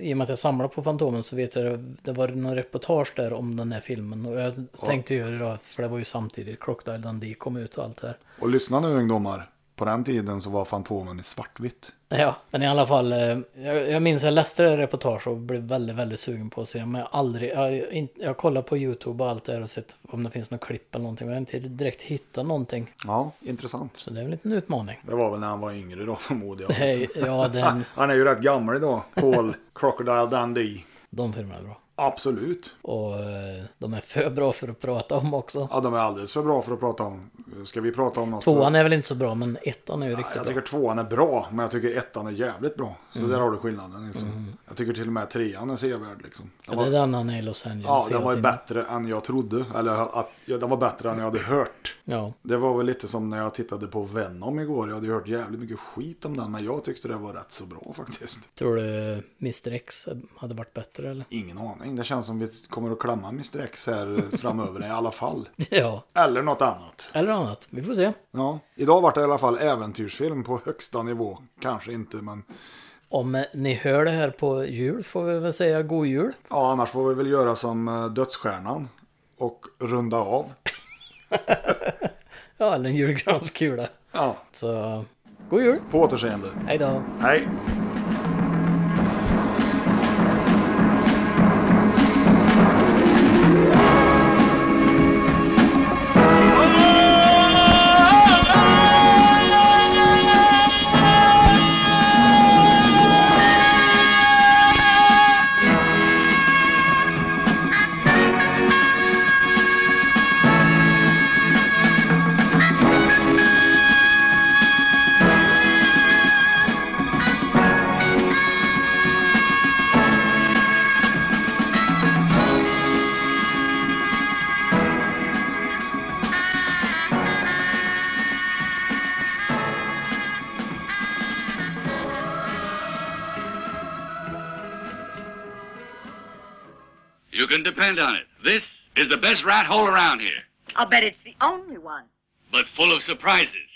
[SPEAKER 2] i och med att jag samlar på Fantomen så vet jag, det var någon reportage där om den här filmen. Och jag tänkte ju då, för det var ju samtidigt Crocodile Dundee kom ut och allt det här.
[SPEAKER 1] Och lyssna nu ungdomar. På den tiden så var Fantomen i svartvitt.
[SPEAKER 2] Ja, men i alla fall, eh, jag, jag minns jag läste det här reportaget och blev väldigt, väldigt sugen på att se. den, Men jag har aldrig, jag, jag, inte- jag har kollat på YouTube och allt det här och sett om det finns något klipp eller någonting. Men jag har inte direkt hittat någonting.
[SPEAKER 1] Ja, intressant.
[SPEAKER 2] Så det är en liten utmaning.
[SPEAKER 1] Det var väl när han var yngre då förmodar jag.
[SPEAKER 2] Hej, ja, den,
[SPEAKER 1] Han är ju rätt gammal idag, Paul Crocodile Dundee.
[SPEAKER 2] de filmerna är bra.
[SPEAKER 1] Absolut.
[SPEAKER 2] Och eh, de är för bra för att prata om också.
[SPEAKER 1] Ja, de är alldeles för bra för att prata om. Ska vi prata om något? så-
[SPEAKER 2] Tvåan är väl inte så bra, men ettan är Mm. ju riktigt
[SPEAKER 1] Jag
[SPEAKER 2] bra.
[SPEAKER 1] tycker tvåan är bra, men jag tycker ettan är jävligt bra. Så där har du skillnaden. Liksom. Jag tycker till och med trean är sevärd. Liksom. Den
[SPEAKER 2] Mm. Ja, det är
[SPEAKER 1] var,
[SPEAKER 2] den han är i Los Angeles
[SPEAKER 1] ja, den
[SPEAKER 2] hela
[SPEAKER 1] var ju
[SPEAKER 2] tiden.
[SPEAKER 1] bättre än jag trodde. Eller att, ja, den var bättre än jag hade hört.
[SPEAKER 2] Ja,
[SPEAKER 1] Det var väl lite som när jag tittade på Venom igår. Jag hade ju hört jävligt mycket skit om den, men jag tyckte det var rätt så bra faktiskt.
[SPEAKER 2] tror du Mr X hade varit bättre eller?
[SPEAKER 1] Ingen aning. Det känns som vi kommer att klämma Mr X här eh, framöver i alla fall.
[SPEAKER 2] Ja,
[SPEAKER 1] Eller något annat.
[SPEAKER 2] eller annat. Vi får se.
[SPEAKER 1] Ja, idag var det i alla fall äventyrsfilm på högsta nivå. Kanske inte, men
[SPEAKER 2] Om eh, ni hör det här på jul får vi väl säga god jul.
[SPEAKER 1] ja, annars får vi väl göra som eh, Dödsstjärnan och runda av.
[SPEAKER 2] Ja, eller en julgranskula.
[SPEAKER 1] Ja.
[SPEAKER 2] Så, god jul.
[SPEAKER 1] På återseende.
[SPEAKER 2] Hej då.
[SPEAKER 1] Hej!
[SPEAKER 3] You can depend on it. This is the best rat hole around here,
[SPEAKER 4] I'll bet it's the only one.
[SPEAKER 3] but full of surprises.